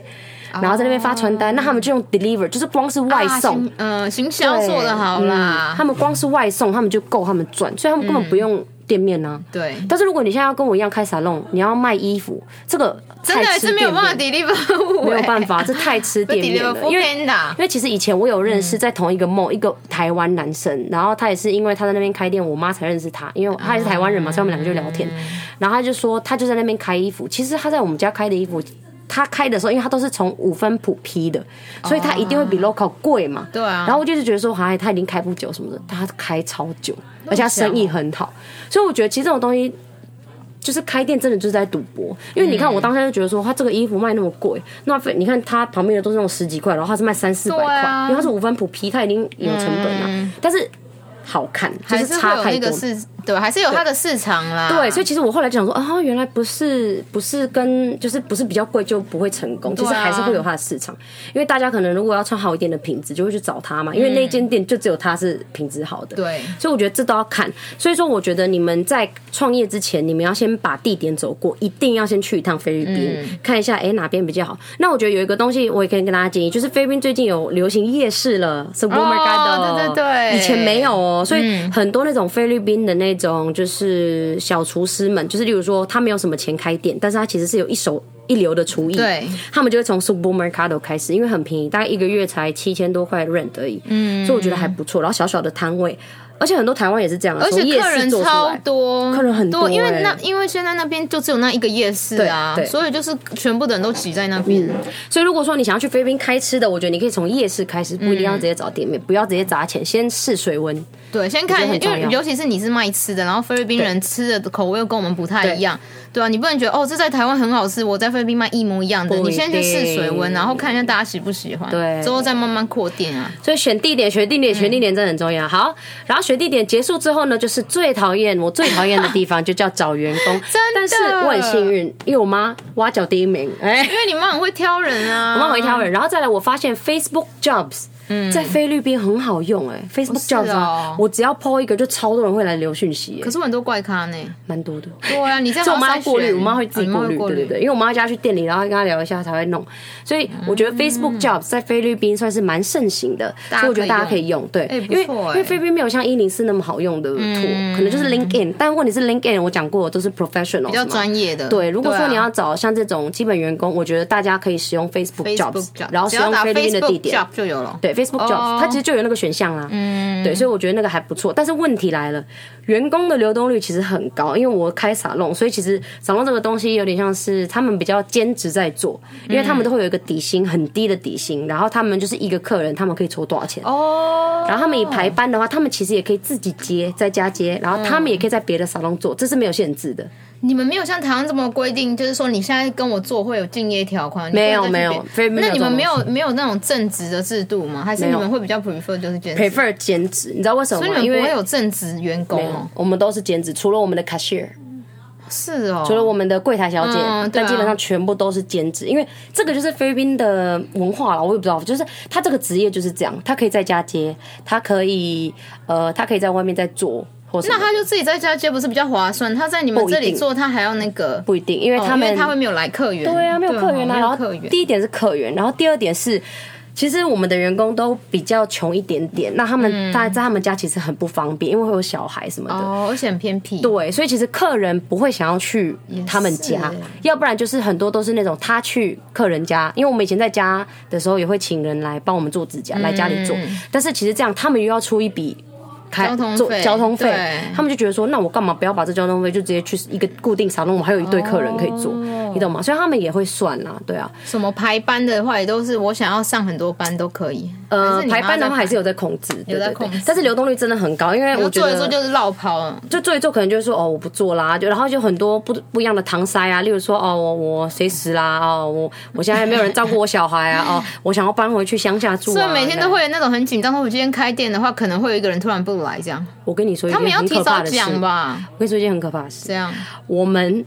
Speaker 2: 然后在那边发传单，那他们就用 deliver，就是光是外
Speaker 1: 哦啊
Speaker 2: 送。
Speaker 1: 行呃，行销做的好啦嗯
Speaker 2: 嗯，他们光是外送，他们就够他们赚，所以他们根本不用店面呢、
Speaker 1: 对，
Speaker 2: 但是如果你现在要跟我一样开沙龙，你要卖衣服，这个
Speaker 1: 真的
Speaker 2: 太吃
Speaker 1: 是没有
Speaker 2: 店
Speaker 1: 办法 [LAUGHS]
Speaker 2: 面
Speaker 1: deliver，我
Speaker 2: 没有办
Speaker 1: 欸
Speaker 2: 法，这太吃店面
Speaker 1: deliver
Speaker 2: 了，因
Speaker 1: full
Speaker 2: 为
Speaker 1: panda。
Speaker 2: 因为其实以前我有认识在同一个梦、一个台湾男生，然后他也是因为他在那边开店，我妈才认识他，因
Speaker 1: 啊
Speaker 2: 为他也是台湾人嘛，所以我们两个就聊天，
Speaker 1: 嗯
Speaker 2: 然后他就说他就在那边开衣服，其实他在我们家开的衣服。他开的时候，因为他都是从五分铺批的，所以他一定会比 local 贵嘛。
Speaker 1: 啊对啊
Speaker 2: 然后我就是觉得说，好哎像他已经开不久什么的，他开超久，而且他生意很好，所以我觉得其实这种东西就是开店真的就是在赌博，因为你看我当下就觉得说，他这个衣服卖那么贵，那非你看他旁边的都是那种十几块，然后他是卖三四百
Speaker 1: 对
Speaker 2: 块，
Speaker 1: 啊嗯
Speaker 2: 因为他是五分普批，他已经有成本了、但是好看就
Speaker 1: 还
Speaker 2: 是
Speaker 1: 是会
Speaker 2: 差
Speaker 1: 有
Speaker 2: 太
Speaker 1: 那
Speaker 2: 多
Speaker 1: 个。市，对，还是有它的市场啦。
Speaker 2: 对，所以其实我后来就想说，啊，原来不是不是跟就是不是比较贵就不会成功，其实
Speaker 1: 对啊
Speaker 2: 还是会有它的市场，因为大家可能如果要穿好一点的品质，就会去找他嘛，因为那间店就只有它是品质好的。
Speaker 1: 嗯对
Speaker 2: 所以我觉得这都要看。所以说，我觉得你们在创业之前，你们要先把地点走过，一定要先去一趟菲律宾，
Speaker 1: 嗯
Speaker 2: 看一下哎哪边比较好。那我觉得有一个东西，我也可以跟大家建议，就是菲律宾最近有流行夜市了 s u p e r m a r k e
Speaker 1: 哦对对对嗯
Speaker 2: 以前没有哦，所以很多那种菲律宾的那种就是小厨师们，就是例如说他没有什么钱开店，但是他其实是有一手。一流的厨艺，
Speaker 1: 对
Speaker 2: 他们就会从 supermercado 开始，因为很便宜，大概一个月才七千多块 rent 而已，嗯，所以我觉得还不错。然后小小的摊位，而且很多台湾也是这样啊，
Speaker 1: 而
Speaker 2: 从
Speaker 1: 且
Speaker 2: 夜
Speaker 1: 客
Speaker 2: 市
Speaker 1: 人
Speaker 2: 做出
Speaker 1: 超
Speaker 2: 来，
Speaker 1: 多，
Speaker 2: 客人很多
Speaker 1: 因为
Speaker 2: 欸
Speaker 1: 那因为现在那边就只有那一个夜市啊
Speaker 2: 对，对嗯
Speaker 1: 所以就是全部的人都挤在那边。
Speaker 2: 所以如果说你想要去菲律宾开吃的，我觉得你可以从夜市开始，不一定要直接找店面，
Speaker 1: 嗯
Speaker 2: 不要直接砸钱，先试水温。
Speaker 1: 对，先看
Speaker 2: 我觉得，很
Speaker 1: 因
Speaker 2: 重
Speaker 1: 为
Speaker 2: 要
Speaker 1: 尤其是你是卖吃的，然后菲律宾人吃的口味又跟我们不太一样，对啊，你不能觉得哦，这在台湾很好吃，我在菲律宾卖一模一样的，
Speaker 2: 不
Speaker 1: 你
Speaker 2: 一定
Speaker 1: 先去试水温，然后看一下大家喜不喜欢，
Speaker 2: 对
Speaker 1: 之后再慢慢扩店啊。
Speaker 2: 所以选地点，选地点，选地点真的很重要。好，然后选地点结束之后呢，就是最讨厌我最讨厌的地方，就叫找员工。
Speaker 1: [LAUGHS] 真的
Speaker 2: 但是我很幸运，因为我妈挖角第一名，哎、
Speaker 1: 因为你妈很会挑人啊，
Speaker 2: 我妈会挑人。然后再来，我发现 Facebook Jobs。在菲律宾很好用哎、f a c e b o o k
Speaker 1: 是
Speaker 2: Jobs 啊，
Speaker 1: 哦
Speaker 2: 我只要 PO 一个，就超多人会来留讯息、
Speaker 1: 可
Speaker 2: 欸，
Speaker 1: 是我很多怪咖
Speaker 2: [LAUGHS]
Speaker 1: 呢。
Speaker 2: 蛮多的。
Speaker 1: 对啊，你这样
Speaker 2: 这我妈
Speaker 1: 还要
Speaker 2: 要过滤，
Speaker 1: 筛选
Speaker 2: 我妈会自
Speaker 1: 哦
Speaker 2: 己
Speaker 1: 你妈
Speaker 2: 过
Speaker 1: 会
Speaker 2: 滤，
Speaker 1: 过
Speaker 2: 对对
Speaker 1: 滤。
Speaker 2: 对，因为我妈要叫她去店里，然后跟她聊一下才会弄。所以我觉得 Facebook Jobs 在菲律宾算是蛮盛行的，
Speaker 1: 嗯大家
Speaker 2: 所以我觉得大家
Speaker 1: 可
Speaker 2: 可
Speaker 1: 以
Speaker 2: 以用，对，
Speaker 1: 哎不
Speaker 2: 因为
Speaker 1: 错
Speaker 2: 因
Speaker 1: 哎嗯
Speaker 2: 为菲律宾没有像一零四那么好用的 tool，可能就是 LinkedIn，但问题是 LinkedIn 我讲过都是 professional，
Speaker 1: 比较专业的，
Speaker 2: 对，如果说
Speaker 1: 啊
Speaker 2: 你要找像这种基本员工，我觉得大家可以使用 Facebook
Speaker 1: Facebook
Speaker 2: Jobs，
Speaker 1: job，
Speaker 2: 然后使
Speaker 1: 只要
Speaker 2: 用
Speaker 1: 打
Speaker 2: 菲律宾的地
Speaker 1: Facebook
Speaker 2: 点
Speaker 1: job。就有了。
Speaker 2: 对 Facebook Jobs，、
Speaker 1: 哦
Speaker 2: 它其实就有那个选项啦。嗯，对，所以我觉得那个还不错。但是问题来了，员工的流动率其实很高，因为我开沙龙，所以其实沙龙这个东西有点像是他们比较兼职在做，因为他们
Speaker 1: 嗯
Speaker 2: 都会有一个底薪很低的底薪，然后他们就是一个客人，他们可以抽多少钱。
Speaker 1: 哦，
Speaker 2: 然后他们以排班的话，他们其实也可以自己接，在家接，然后他们也可以在别的沙龙做，这是没有限制的。
Speaker 1: 你们没有像台湾这么规定，就是说你现在跟我做会有敬业条款，你不能
Speaker 2: 没有
Speaker 1: 再去
Speaker 2: 没有
Speaker 1: 别
Speaker 2: 非没有
Speaker 1: 那你们
Speaker 2: 这种
Speaker 1: 没有没有那种正职的制度吗？还是
Speaker 2: 没
Speaker 1: 你
Speaker 2: 有
Speaker 1: 们会比较 prefer 就是兼职？
Speaker 2: prefer 兼职，你知道为什么
Speaker 1: 所以
Speaker 2: 吗？
Speaker 1: 你
Speaker 2: 因
Speaker 1: 们
Speaker 2: 为
Speaker 1: 不会有正职员工
Speaker 2: 没有
Speaker 1: 哦？
Speaker 2: 我们都是兼职，除了我们的 cashier，
Speaker 1: 是哦，
Speaker 2: 除了我们的柜台小姐，
Speaker 1: 嗯对啊
Speaker 2: 但基本上全部都是兼职，因为这个就是菲律宾的文化了。我也不知道，就是他这个职业就是这样，他可以在家接，他可以呃，他可以在外面再做，或什么
Speaker 1: 那他就自己在家接不是比较划算？他在你们
Speaker 2: 不一
Speaker 1: 这
Speaker 2: 定
Speaker 1: 里做，他还要那个，
Speaker 2: 不一定，因为
Speaker 1: 哦
Speaker 2: 他
Speaker 1: 因为
Speaker 2: 们、
Speaker 1: 他会没有来客源，
Speaker 2: 对啊，没有
Speaker 1: 哦
Speaker 2: 客源啊。
Speaker 1: 没
Speaker 2: 然
Speaker 1: 有
Speaker 2: 后
Speaker 1: 客源，
Speaker 2: 第一点是客源，然后第二点是。其实我们的员工都比较穷一点点，那他们
Speaker 1: 嗯
Speaker 2: 在、在他们家其实很不方便，因为会有小孩什么的。
Speaker 1: 哦，而且很偏僻，
Speaker 2: 对，所以其实客人不会想要去他们
Speaker 1: 也是
Speaker 2: 家
Speaker 1: 欸，
Speaker 2: 要不然就是很多都是那种他去客人家，因为我们以前在家
Speaker 1: 嗯
Speaker 2: 的时候也会请人来帮我们做指甲，来家里做，但是其实这样他们又要出一笔。开
Speaker 1: 交通
Speaker 2: 做
Speaker 1: 费
Speaker 2: 交通费
Speaker 1: 对，
Speaker 2: 他们就觉得说，那我干嘛不要把这交通费就直接去一个固定沙龙，我们还有一堆客人可以做，
Speaker 1: 哦
Speaker 2: 你懂吗？所以他们也会算啊，对啊，
Speaker 1: 什么排班的话，也都是我想要上很多班都可以。还
Speaker 2: 呃，
Speaker 1: 是你妈
Speaker 2: 排班的话
Speaker 1: 在
Speaker 2: 还是有在控制，对
Speaker 1: 有在
Speaker 2: 对对
Speaker 1: 控制
Speaker 2: 但是流动率真的很高，因为我
Speaker 1: 我
Speaker 2: 觉
Speaker 1: 做
Speaker 2: 得
Speaker 1: 一做就是绕跑了，
Speaker 2: 就做一做，可能就是说哦，我不做啦，就然后就很多不不一样的搪塞啊，例如说哦，我我随时啦，哦，我我现在没有人照顾我小孩啊，哦，我想要搬回去乡下住、啊，
Speaker 1: 所以每天都
Speaker 2: 对。
Speaker 1: 会有那种很紧张。说我今天开店的话，可能会有一个人突然不来，这样
Speaker 2: 我跟你说一
Speaker 1: 他
Speaker 2: 件
Speaker 1: 们要
Speaker 2: 很
Speaker 1: 提
Speaker 2: 可
Speaker 1: 早
Speaker 2: 怕的事，
Speaker 1: 讲
Speaker 2: 我
Speaker 1: 吧？
Speaker 2: 跟你说一件很可怕的事，
Speaker 1: 这样
Speaker 2: 我们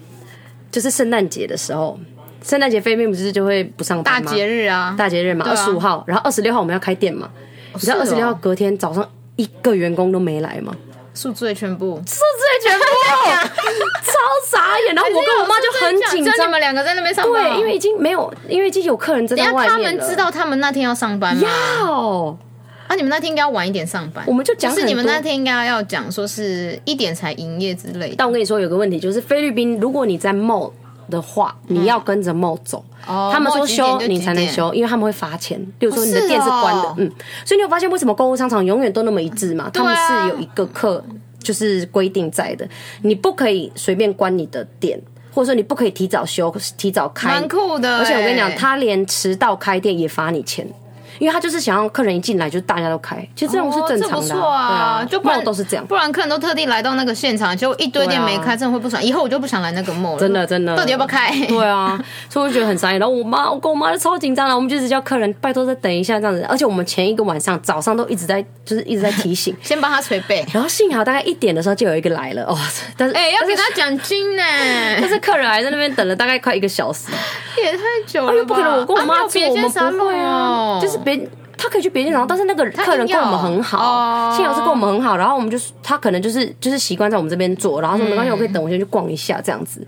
Speaker 2: 就是圣诞节的时候，圣诞节菲菲不是就会不上
Speaker 1: 大
Speaker 2: 班吗？
Speaker 1: 节日啊，
Speaker 2: 大节日嘛，
Speaker 1: 对
Speaker 2: 二
Speaker 1: 啊
Speaker 2: 十五号，然后二十六号我们要开店嘛，你知道
Speaker 1: 是
Speaker 2: 二十六号
Speaker 1: 哦
Speaker 2: 隔天早上一个员工都没来吗？
Speaker 1: 宿醉全部。
Speaker 2: 是最全部， [LAUGHS] 超傻眼。然后我跟我妈就很紧
Speaker 1: 只有你
Speaker 2: 张，
Speaker 1: 们两个在那边上班哦。
Speaker 2: 对，因为已经没有，因为已经有客人在
Speaker 1: 等一下
Speaker 2: 外
Speaker 1: 他
Speaker 2: 面
Speaker 1: 们
Speaker 2: 了。
Speaker 1: 知道他们那天要上班吗？
Speaker 2: 要，
Speaker 1: 啊，你们那天应该要晚一点上班。
Speaker 2: 我们就讲
Speaker 1: 就是
Speaker 2: 很
Speaker 1: 你们
Speaker 2: 多
Speaker 1: 那天应该要讲说是一点才营业之类的。
Speaker 2: 但我跟你说有个问题，就是菲律宾，如果你在 mall 的话，你要跟着 mall 走。
Speaker 1: 哦
Speaker 2: 他们说休
Speaker 1: 几点就几点
Speaker 2: 你才能休，因为他们会罚钱。比如说你的店是
Speaker 1: 哦
Speaker 2: 关的，
Speaker 1: 是哦
Speaker 2: 嗯，所以你有发现为什么购物商场永远都那么一致嘛？他们
Speaker 1: 对啊
Speaker 2: 是有一个课就是规定在的，你不可以随便关你的店，或者说你不可以提早休、提早开，
Speaker 1: 蛮酷的欸
Speaker 2: 而且我跟你讲，他连迟到开店也罚你钱。因为他就是想让客人一进来就大家都开，其实这种是
Speaker 1: 哦、
Speaker 2: 正常
Speaker 1: 这
Speaker 2: 的、
Speaker 1: 不错
Speaker 2: 啊，对
Speaker 1: 就不
Speaker 2: mall
Speaker 1: 然
Speaker 2: 都是这样。
Speaker 1: 不然客人都特地来到那个现场，结果一堆店没
Speaker 2: 对
Speaker 1: 开，
Speaker 2: 啊
Speaker 1: 真的会不爽。以后我就不想来那个 mall 了，
Speaker 2: 真的真的
Speaker 1: 到底要不要开？。
Speaker 2: 对啊，所以我就觉得很傻眼。然后我妈，我跟我妈就超紧张了，我们就一直叫客人拜托再等一下这样子。而且我们前一个晚上早上都一直在，就是一直在提 [LAUGHS] 醒
Speaker 1: 先帮他捶背。
Speaker 2: 然后幸好大概一点的时候就有一个来了哦，但是
Speaker 1: 哎、要
Speaker 2: 但
Speaker 1: 给
Speaker 2: 是
Speaker 1: 他奖金
Speaker 2: [LAUGHS]
Speaker 1: 呢，
Speaker 2: 但是客人还在那边等了大概快一个小时，
Speaker 1: 也太久了吧、
Speaker 2: 因为哎不可能我跟
Speaker 1: 啊
Speaker 2: 我
Speaker 1: 没
Speaker 2: 妈
Speaker 1: 有
Speaker 2: 做，
Speaker 1: 别
Speaker 2: 我们
Speaker 1: 间沙
Speaker 2: 不会
Speaker 1: 龙
Speaker 2: 啊
Speaker 1: 哦，，
Speaker 2: 就是别。他可以去别的地方，但是那个
Speaker 1: 他
Speaker 2: 客人
Speaker 1: 硬
Speaker 2: 跟
Speaker 1: 要
Speaker 2: 我们很好
Speaker 1: 哦，
Speaker 2: 幸好是跟我们很好，然后我们就是他哦可能就是就是习惯在我们这边做，然后说没关系，我可以等，我先去逛一下这样子。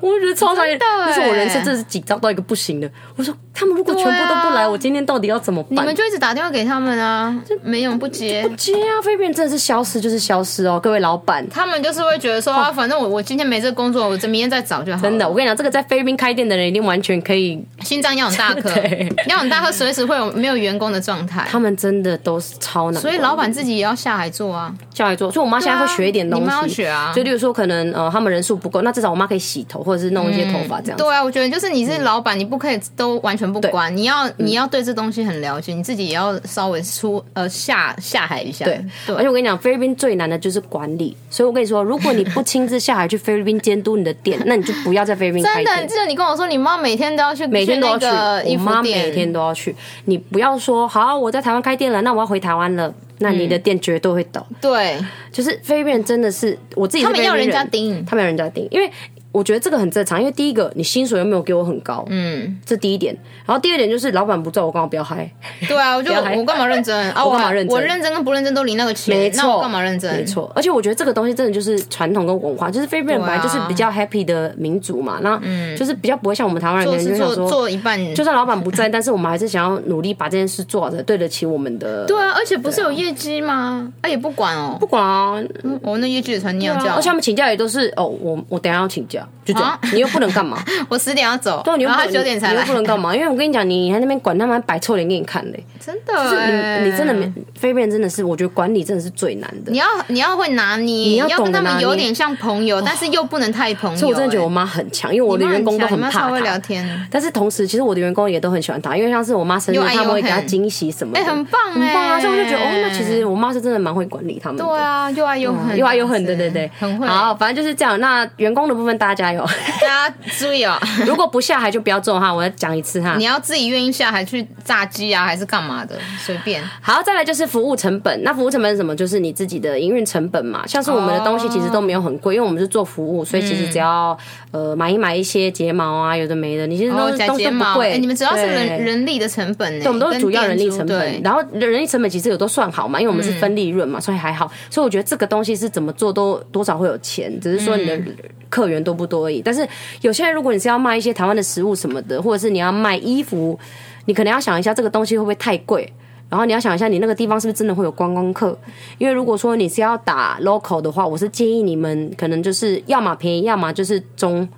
Speaker 2: 我就觉得超傻眼，
Speaker 1: 真的欸
Speaker 2: 那是我人生真的是紧张到一个不行的。我说他们如果全部都不
Speaker 1: 对
Speaker 2: 来，
Speaker 1: 啊
Speaker 2: 我今天到底要怎么
Speaker 1: 你
Speaker 2: 办？
Speaker 1: 们就一直打电话给他们啊，没用不接。
Speaker 2: 接啊，飞便真的是消失就是消失哦，各位老板，
Speaker 1: 他们就是会觉得说啊，反正我我今天没这个工作，我明天再找就好了。
Speaker 2: 真的，我跟你讲，这个在菲律宾开店的人一定完全可以，
Speaker 1: 心脏要很大颗
Speaker 2: [LAUGHS] 对，
Speaker 1: 要很大颗，随时会有没有员工的状态。
Speaker 2: 他们真的都是超难，
Speaker 1: 所以老板自己也要下海做啊，
Speaker 2: 叫来做。所以我妈现在会学一点东西，
Speaker 1: 你妈要学啊
Speaker 2: 就例如说，可能呃，他们人数不够，那至少我妈可以洗头或者是弄一些头发这样子。嗯
Speaker 1: 对啊，我觉得就是你是老板，你不可以都完全不管，你要你要对这东西很了解，你自己也要稍微出呃下下海一下。
Speaker 2: 对，而且我跟你讲，菲律宾最难的就是管理，所以我跟你说，如果你不亲自下海去菲律宾监督你的
Speaker 1: [LAUGHS]
Speaker 2: 店，那你就不要在菲律宾开
Speaker 1: 真
Speaker 2: 店
Speaker 1: 的，。记得你跟我说，你妈每天都要去，
Speaker 2: 每天都要去，
Speaker 1: 去那个
Speaker 2: 我
Speaker 1: 衣服
Speaker 2: 妈每
Speaker 1: 店，
Speaker 2: 天都要去。你不要说好，我在台湾开店了，那我要回台湾了，那你的店绝对会倒。
Speaker 1: 对
Speaker 2: 就是菲律宾人真的是我自己是
Speaker 1: 他们要
Speaker 2: 菲律
Speaker 1: 人
Speaker 2: 宾
Speaker 1: 家盯，
Speaker 2: 他们要人家盯，因为我觉得这个很正常。因为第一个，你薪水又没有给我很高，
Speaker 1: 嗯，
Speaker 2: 这第一点。然后第二点就是老板不做，我刚好不要嗨，
Speaker 1: 对啊，我就
Speaker 2: 不要害怕
Speaker 1: 我干嘛认
Speaker 2: [LAUGHS]
Speaker 1: 真啊？
Speaker 2: 我干嘛
Speaker 1: 还
Speaker 2: 认真
Speaker 1: 我认真跟不认真都离那个
Speaker 2: 没
Speaker 1: 钱，
Speaker 2: 错
Speaker 1: 那我干嘛认
Speaker 2: 没
Speaker 1: 真？
Speaker 2: 错。而且我觉得这个东西真的就是传统跟文化，就是菲律宾人
Speaker 1: 对
Speaker 2: 本
Speaker 1: 啊嗯
Speaker 2: 来就是比较 happy 的民族嘛，那就是比较不会像我们台湾人
Speaker 1: 做
Speaker 2: 可能就
Speaker 1: 事
Speaker 2: 想
Speaker 1: 做
Speaker 2: 说，
Speaker 1: 做一半，
Speaker 2: 就算老板不在， [LAUGHS] 但是我们还是想要努力把这件事做好的，对得起我们
Speaker 1: [LAUGHS]
Speaker 2: 的。
Speaker 1: 对啊，而且不是有业绩吗？啊，也不管哦，
Speaker 2: 不管啊，
Speaker 1: 我们的业绩也传尿叫，
Speaker 2: 而且他们请假也都是哦，我我等一下要请假，就这样
Speaker 1: 啊，
Speaker 2: 你又不能干嘛，
Speaker 1: 我十点要走，
Speaker 2: 哦对，你又
Speaker 1: 然
Speaker 2: 不
Speaker 1: 后
Speaker 2: 能
Speaker 1: 他九点才
Speaker 2: 你
Speaker 1: 来
Speaker 2: 又，不能干嘛？因为我跟你讲，你还在那边管他们，摆臭脸给
Speaker 1: [LAUGHS]
Speaker 2: 你看嘞。
Speaker 1: 真的
Speaker 2: 就是
Speaker 1: 欸，
Speaker 2: 你你真的没，菲律宾人真的是，我觉得管理真的是最难的
Speaker 1: 你。要你要会拿捏，你
Speaker 2: 要懂
Speaker 1: 跟
Speaker 2: 得
Speaker 1: 他
Speaker 2: 拿
Speaker 1: 们
Speaker 2: 捏哦
Speaker 1: 有点像朋友，但是又不能太朋友欸。
Speaker 2: 所以我真的觉得我妈很强，因为我的
Speaker 1: 你妈
Speaker 2: 员工都
Speaker 1: 强
Speaker 2: 很
Speaker 1: 你妈
Speaker 2: 怕
Speaker 1: 超会聊
Speaker 2: 她。
Speaker 1: 天，
Speaker 2: 但是同时，其实我的员工也都很喜欢她，因为像是我妈生日，
Speaker 1: 又爱
Speaker 2: 他们会
Speaker 1: 又
Speaker 2: 给她
Speaker 1: 恨
Speaker 2: 惊喜什么的，
Speaker 1: 哎，很棒哎，
Speaker 2: 很棒啊！所以我就觉得，哦，那其实我妈是真的蛮会管理他们的。
Speaker 1: 对啊，又爱又
Speaker 2: 嗯
Speaker 1: 恨，
Speaker 2: 又爱又恨，对对对，
Speaker 1: 很会。
Speaker 2: 好，反正就是这样。那员工的部分大家有， [LAUGHS]
Speaker 1: 大家注意哦，
Speaker 2: 如果不下海就不要做哈，我要讲一次哈
Speaker 1: 你。要自己愿意下海去炸鸡啊，还是干嘛的，随
Speaker 2: [LAUGHS]
Speaker 1: 便。
Speaker 2: 好，再来就是服务成本。那服务成本是什么？就是你自己的营运成本嘛。像是我们的东西其实都没有很贵，因为我们是做服务，所以其实只要、呃买一买一些睫毛啊，有的没的，你其实
Speaker 1: 然
Speaker 2: 都
Speaker 1: 后
Speaker 2: 是、
Speaker 1: 假
Speaker 2: 都
Speaker 1: 睫
Speaker 2: 是不
Speaker 1: 毛，
Speaker 2: 贵。
Speaker 1: 哎，你们主要是
Speaker 2: 对
Speaker 1: 人人力的成本欸，对，
Speaker 2: 我们都是主要人力成本，然后人力成本其实有都算好嘛，因为我
Speaker 1: 嗯
Speaker 2: 们是分利润嘛，所以还好。所以我觉得这个东西是怎么做都多少会有钱，只是说你的
Speaker 1: 嗯
Speaker 2: 客源多不多而已。但是有些人如果你是要卖一些台湾的食物什么的，或者是你要卖衣服，你可能要想一下这个东西会不会太贵。然后你要想一下，你那个地方是不是真的会有观光客？因为如果说你是要打 local 的话，我是建议你们可能就是要么便宜，要么就是中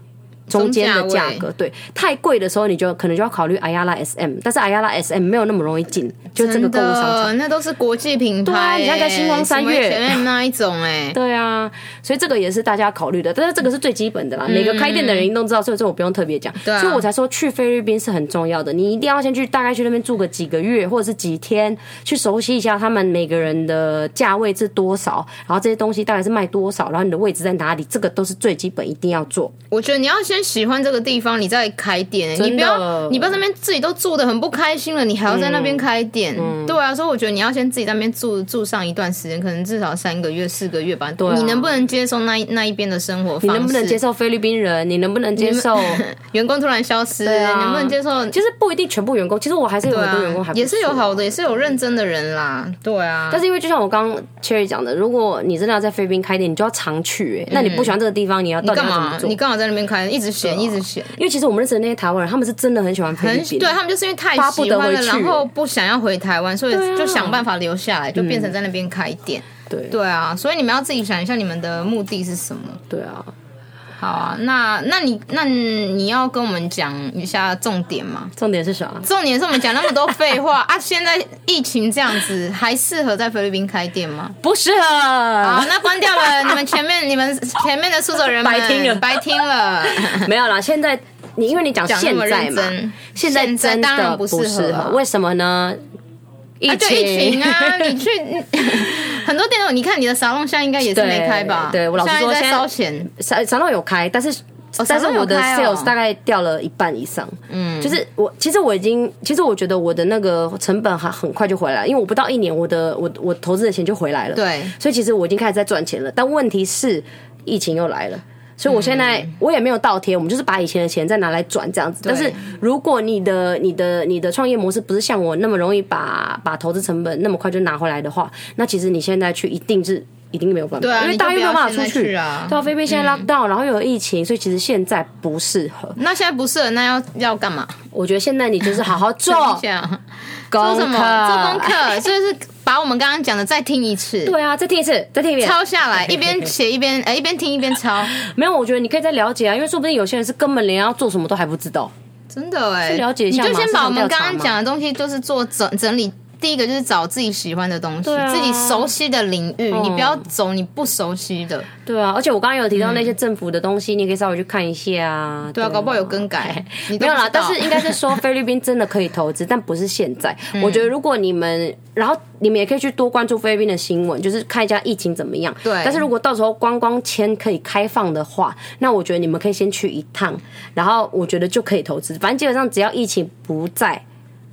Speaker 2: 中间的
Speaker 1: 中价
Speaker 2: 价
Speaker 1: 位
Speaker 2: 格。对，太贵的时候你就可能就要考虑阿亚拉 SM，但是阿亚拉 SM 没有那么容易进，就是这个
Speaker 1: 真
Speaker 2: 购物商场。
Speaker 1: 的，那都是国际品牌、
Speaker 2: 啊
Speaker 1: 欸。
Speaker 2: 你像在星光三月
Speaker 1: 什么前面那一种哎、
Speaker 2: 对啊，所以这个也是大家考虑的，但是这个是最基本的啦，每个开店的人一定都知道，所以这我不用特别讲。
Speaker 1: 嗯对啊
Speaker 2: 所以我才说去菲律宾是很重要的，你一定要先去大概去那边住个几个月或者是几天，去熟悉一下他们每个人的价位是多少，然后这些东西大概是卖多少，然后你的位置在哪里，这个都是最基本一定要做。
Speaker 1: 我觉得你要先喜欢这个地方，你再开店、欸。
Speaker 2: 真的
Speaker 1: 你不要，你不要在那边自己都住的很不开心了，你还要在那边开店。
Speaker 2: 嗯
Speaker 1: 对啊，所以我觉得你要先自己在那边住住上一段时间，可能至少三个月、四个月吧。对
Speaker 2: 啊
Speaker 1: 你能不能接受那一那一边的生活方式？
Speaker 2: 你能不能接受菲律宾人？你能不能接受？
Speaker 1: 员工突然消失？
Speaker 2: 啊
Speaker 1: 能不能接受？
Speaker 2: 其实不一定全部员工，其实我还是有很多员工还
Speaker 1: 啊
Speaker 2: 不
Speaker 1: 也是有
Speaker 2: 错
Speaker 1: 好的，也是有认真的人啦。对啊，
Speaker 2: 但是因为就像我刚刚 Cherry 讲的，如果你真的要在菲律宾开店，你就要常去、欸。那你不喜欢这个地方，你要到底
Speaker 1: 干
Speaker 2: 要怎么
Speaker 1: 嘛？嗯
Speaker 2: 做啊
Speaker 1: 你？刚好在那边开，一直选，一直选。
Speaker 2: 因为其实我们认识的那些台湾人，他们是真的很喜欢菲律
Speaker 1: 很
Speaker 2: 宾，
Speaker 1: 对他们就是因为太
Speaker 2: 巴不
Speaker 1: 喜
Speaker 2: 得
Speaker 1: 欢了，
Speaker 2: 回去
Speaker 1: 然后不想要回台湾，所以
Speaker 2: 对啊嗯
Speaker 1: 就想办法留下来，就变成在那边开店。
Speaker 2: 对
Speaker 1: 对啊，所以你们要自己想一下你们的目的是什么。
Speaker 2: 对啊。
Speaker 1: 好啊，那那你那你要跟我们讲一下重点吗？
Speaker 2: 重点是啥？
Speaker 1: [LAUGHS] 重点是我们讲那么多废话 [LAUGHS] 啊！现在疫情这样子，还适合在菲律宾开店吗？
Speaker 2: 不适合。
Speaker 1: 好，那关掉了。你们前面你 [LAUGHS] 们前面的苏州人们
Speaker 2: 白听了
Speaker 1: 白听 [LAUGHS] 了。
Speaker 2: 没有啦，现在你因为你讲
Speaker 1: 讲那
Speaker 2: 现
Speaker 1: 么
Speaker 2: 在嘛
Speaker 1: 认真，
Speaker 2: 现在
Speaker 1: 现在
Speaker 2: 真
Speaker 1: 当
Speaker 2: 的
Speaker 1: 然不
Speaker 2: 不
Speaker 1: 适合啊
Speaker 2: 适合，为什么呢？疫
Speaker 1: 啊，就疫情
Speaker 2: [LAUGHS]
Speaker 1: 啊，你 [LAUGHS] 去很多店都有，你看你的沙龙现在应该也是没开吧？
Speaker 2: 对对我老实说
Speaker 1: 现在
Speaker 2: 现
Speaker 1: 在
Speaker 2: 在
Speaker 1: 烧钱，
Speaker 2: 散散落有开，但是、但是
Speaker 1: 散落有
Speaker 2: 我的
Speaker 1: 开哦
Speaker 2: sales 大概掉了一半以上。嗯，就是我其实我已经，其实我觉得我的那个成本还很快就回来了，因为我不到一年，我的我我投资的钱就回来了。
Speaker 1: 对
Speaker 2: 所以其实我已经开始在赚钱了，但问题是疫情又来了。所以我现
Speaker 1: 嗯
Speaker 2: 在我也没有倒贴，我们就是把以前的钱再拿来转这样子。但是如果你的你的你的创业模式不是像我那么容易把把投资成本那么快就拿回来的话，那其实你现在去一定是一定没有办法，
Speaker 1: 对啊
Speaker 2: 因为
Speaker 1: 你就
Speaker 2: 大家又
Speaker 1: 不要
Speaker 2: 没有办法
Speaker 1: 现
Speaker 2: 出
Speaker 1: 在去啊
Speaker 2: 对啊，菲律宾现在 lock down，、然后又有疫情，所以其实现在不适合。
Speaker 1: 那现在不适合，那要要干嘛？
Speaker 2: 我觉得现在你就是好
Speaker 1: [LAUGHS]
Speaker 2: 好做
Speaker 1: 做一下，
Speaker 2: 功
Speaker 1: 做
Speaker 2: 课，
Speaker 1: 什么？做功。
Speaker 2: [LAUGHS]
Speaker 1: 课，就是把我们刚刚讲的再听一次。
Speaker 2: 对啊，再听一次，再听一遍。
Speaker 1: 抄下来，一边写一边，哎、一边听一边
Speaker 2: [LAUGHS]
Speaker 1: 抄，
Speaker 2: 没有，我觉得你可以再了解啊，因为说不定有些人是根本连要做什么都还不知道。
Speaker 1: 真的哎、
Speaker 2: 去了解一下嘛
Speaker 1: 你就先把我们刚刚
Speaker 2: 市场调查
Speaker 1: 讲
Speaker 2: 嘛
Speaker 1: 的东西，就是做整整理。第一个就是找自己喜欢的东西，
Speaker 2: 对啊哦
Speaker 1: 自己熟悉的领域，你不要走你不熟悉的。
Speaker 2: 对啊，而且我刚刚有提到那些政府的东西，你也可以稍微去看一下啊。
Speaker 1: 对啊，搞不好有更改。你都
Speaker 2: 没有啦
Speaker 1: 不，知
Speaker 2: 但
Speaker 1: 道
Speaker 2: 是应该是说 [LAUGHS] 菲律宾真的可以投资，但不是现在。
Speaker 1: 嗯
Speaker 2: 我觉得如果你们，然后你们也可以去多关注菲律宾的新闻，就是看一下疫情怎么样。
Speaker 1: 对
Speaker 2: 但是如果到时候观光签可以开放的话，那我觉得你们可以先去一趟，然后我觉得就可以投资。反正基本上只要疫情不在，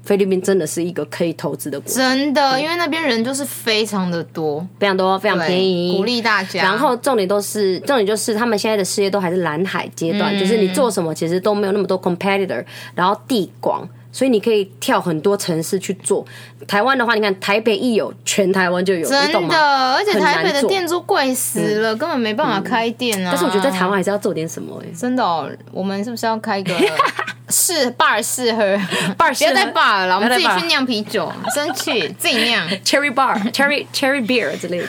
Speaker 2: 菲律宾真的是一个可以投资的国家，
Speaker 1: 真的，因为那边人就是非常的多，
Speaker 2: 非常多，非常
Speaker 1: 对
Speaker 2: 便宜，
Speaker 1: 鼓励大家。
Speaker 2: 然后重点都是重点就是他们现在的事业都还是蓝海阶
Speaker 1: 嗯
Speaker 2: 段，就是你做什么其实都没有那么多 competitor，然后地广。所以你可以跳很多城市去做。台湾的话，你看台北一有，全台湾就有，你懂
Speaker 1: 真
Speaker 2: 吗？
Speaker 1: 的，而且
Speaker 2: 很难
Speaker 1: 台北的
Speaker 2: 做嗯
Speaker 1: 店租贵死了，根本没办法开店啊。
Speaker 2: 但是我觉得在台湾还是要做点什么、欸
Speaker 1: 真的哦，我们是不是要开
Speaker 2: [LAUGHS]
Speaker 1: 个试 bar 试喝
Speaker 2: bar
Speaker 1: 不要再
Speaker 2: 试喝
Speaker 1: bar 了，我们
Speaker 2: 不要再
Speaker 1: 自己
Speaker 2: bar
Speaker 1: 去酿啤酒，生
Speaker 2: [LAUGHS]
Speaker 1: 气自己酿。
Speaker 2: 哎，cherry bar、cherry
Speaker 1: [LAUGHS]
Speaker 2: cherry beer 之类的。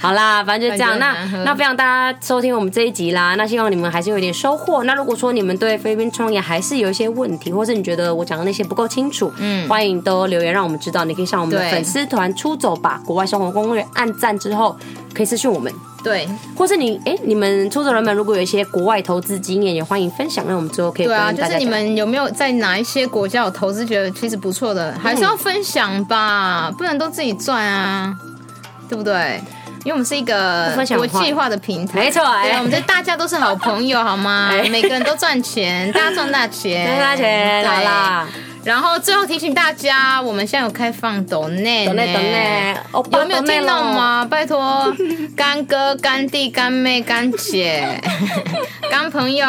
Speaker 2: 好啦，反正就这样。
Speaker 1: 感
Speaker 2: 那
Speaker 1: 觉很难喝
Speaker 2: 那非常大家收听我们这一集啦。那希望你们还是有一点收获。那如果说你们对菲律宾创业还是有一些问题，或是你觉得我讲的那些不够清楚，嗯，欢迎都留言让我们知道。你可以上我们的
Speaker 1: 对
Speaker 2: 粉丝团“出走吧国外生活攻略”按赞之后，可以私讯我们。
Speaker 1: 对
Speaker 2: 或是你哎、你们出走人们如果有一些国外投资经验，也欢迎分享，让我们之后可以
Speaker 1: 对啊，
Speaker 2: 跟
Speaker 1: 就
Speaker 2: 大家
Speaker 1: 是你
Speaker 2: 讲
Speaker 1: 们有没有在哪一些国家有投资，觉得其实不错的，还是要分享吧，
Speaker 2: 嗯
Speaker 1: 不能都自己赚啊，对不对？因为我们是一个
Speaker 2: 不分享
Speaker 1: 国
Speaker 2: 的话
Speaker 1: 际化的平台，
Speaker 2: 没错哎
Speaker 1: 对啊我们这大家都是好朋友，好吗？
Speaker 2: [LAUGHS] 哎
Speaker 1: 每个人都赚钱，大家赚大钱，
Speaker 2: 大家钱
Speaker 1: 对
Speaker 2: 好啦。
Speaker 1: 然后最后提醒大家，我们现在有开放抖内，
Speaker 2: 抖内抖内欧巴
Speaker 1: 有没有
Speaker 2: 抖内
Speaker 1: 听到
Speaker 2: 咯
Speaker 1: 吗？拜托， [LAUGHS] 干哥、干弟、干妹、干姐、 [LAUGHS] 干朋友，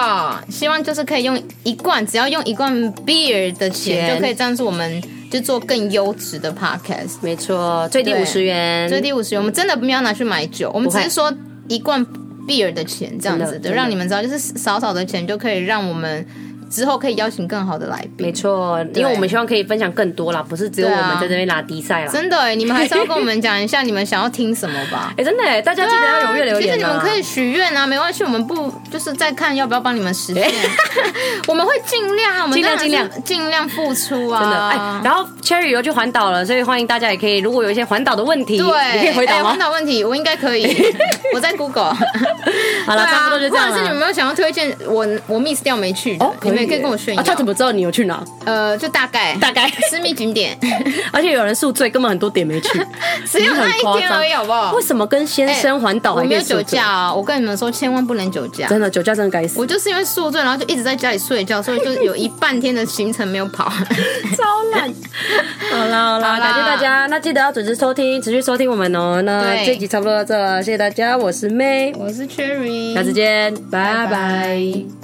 Speaker 1: 希望就是可以用一罐，只要用一罐 beer 的钱
Speaker 2: 钱
Speaker 1: 就可以赞助我们，就做更优质的 podcast。
Speaker 2: 没错，最低
Speaker 1: 对
Speaker 2: 五十元，
Speaker 1: 最低五十，我们真的没有拿去买酒，我们
Speaker 2: 不
Speaker 1: 只
Speaker 2: 会
Speaker 1: 是说一罐 beer 的钱这样子
Speaker 2: 真
Speaker 1: 的，
Speaker 2: 的
Speaker 1: 让你们知道，就是少少的钱就可以让我们。之后可以邀请更好的来宾
Speaker 2: 没。错，因为我们希望可以分享更多啦，不是只有我
Speaker 1: 对啊
Speaker 2: 们在这边拉低赛啦。
Speaker 1: 真的哎，你们还是要跟我们讲一下你们想要听什么吧。
Speaker 2: 哎，真的耶，大家记得要踊跃留
Speaker 1: 其
Speaker 2: 言
Speaker 1: 实
Speaker 2: 啊。
Speaker 1: 你们可以许愿啊，没关系，我们不就是再看要不要帮你们实现。 [LAUGHS] 我们会尽量啊，我们
Speaker 2: 哎尽量
Speaker 1: 当然是尽量付出啊。
Speaker 2: 真的哎，然后 Cherry 又去环岛了，所以欢迎大家也可以，如果有一些环岛的问题，
Speaker 1: 对，
Speaker 2: 你可以回答
Speaker 1: 哎
Speaker 2: 吗
Speaker 1: 环？岛问题，我应该可以。
Speaker 2: [LAUGHS]
Speaker 1: 我在 Google。
Speaker 2: 好
Speaker 1: 对
Speaker 2: 了，
Speaker 1: 啊
Speaker 2: 差不多就这样
Speaker 1: 或者是你们
Speaker 2: 了。
Speaker 1: 有没有想要推荐我我 miss 掉没去的？
Speaker 2: 哦
Speaker 1: 你们也可以跟我炫耀。
Speaker 2: 啊他怎么知道你有去哪？
Speaker 1: 呃，就大概 [LAUGHS]
Speaker 2: 大概
Speaker 1: 私密景
Speaker 2: [LAUGHS]
Speaker 1: 点，
Speaker 2: 而且有人宿醉，根本很多点没去，
Speaker 1: [LAUGHS] 只有那
Speaker 2: 很
Speaker 1: 一
Speaker 2: 夸
Speaker 1: 天而已，好不好哎
Speaker 2: 张。为？什么跟先生环岛
Speaker 1: 我
Speaker 2: 还
Speaker 1: 没
Speaker 2: 可以
Speaker 1: 有
Speaker 2: 宿
Speaker 1: 酒
Speaker 2: 醉
Speaker 1: 驾？啊！我跟你们说，千万不能酒驾。
Speaker 2: 真的酒驾真的该死
Speaker 1: 我，就是因为宿醉，然后就一直在家里睡觉，所以就有一半天的行程没有跑。
Speaker 2: 超懒。好啦好啦，
Speaker 1: 好啦
Speaker 2: 感谢大家，那记得要准时收听，持续收听我们哦。那
Speaker 1: 对
Speaker 2: 这集 [LAUGHS] 差不多到这了，谢谢大家，我是妹，
Speaker 1: 我是 Cherry，
Speaker 2: 下次见，
Speaker 1: 拜
Speaker 2: 拜拜
Speaker 1: 拜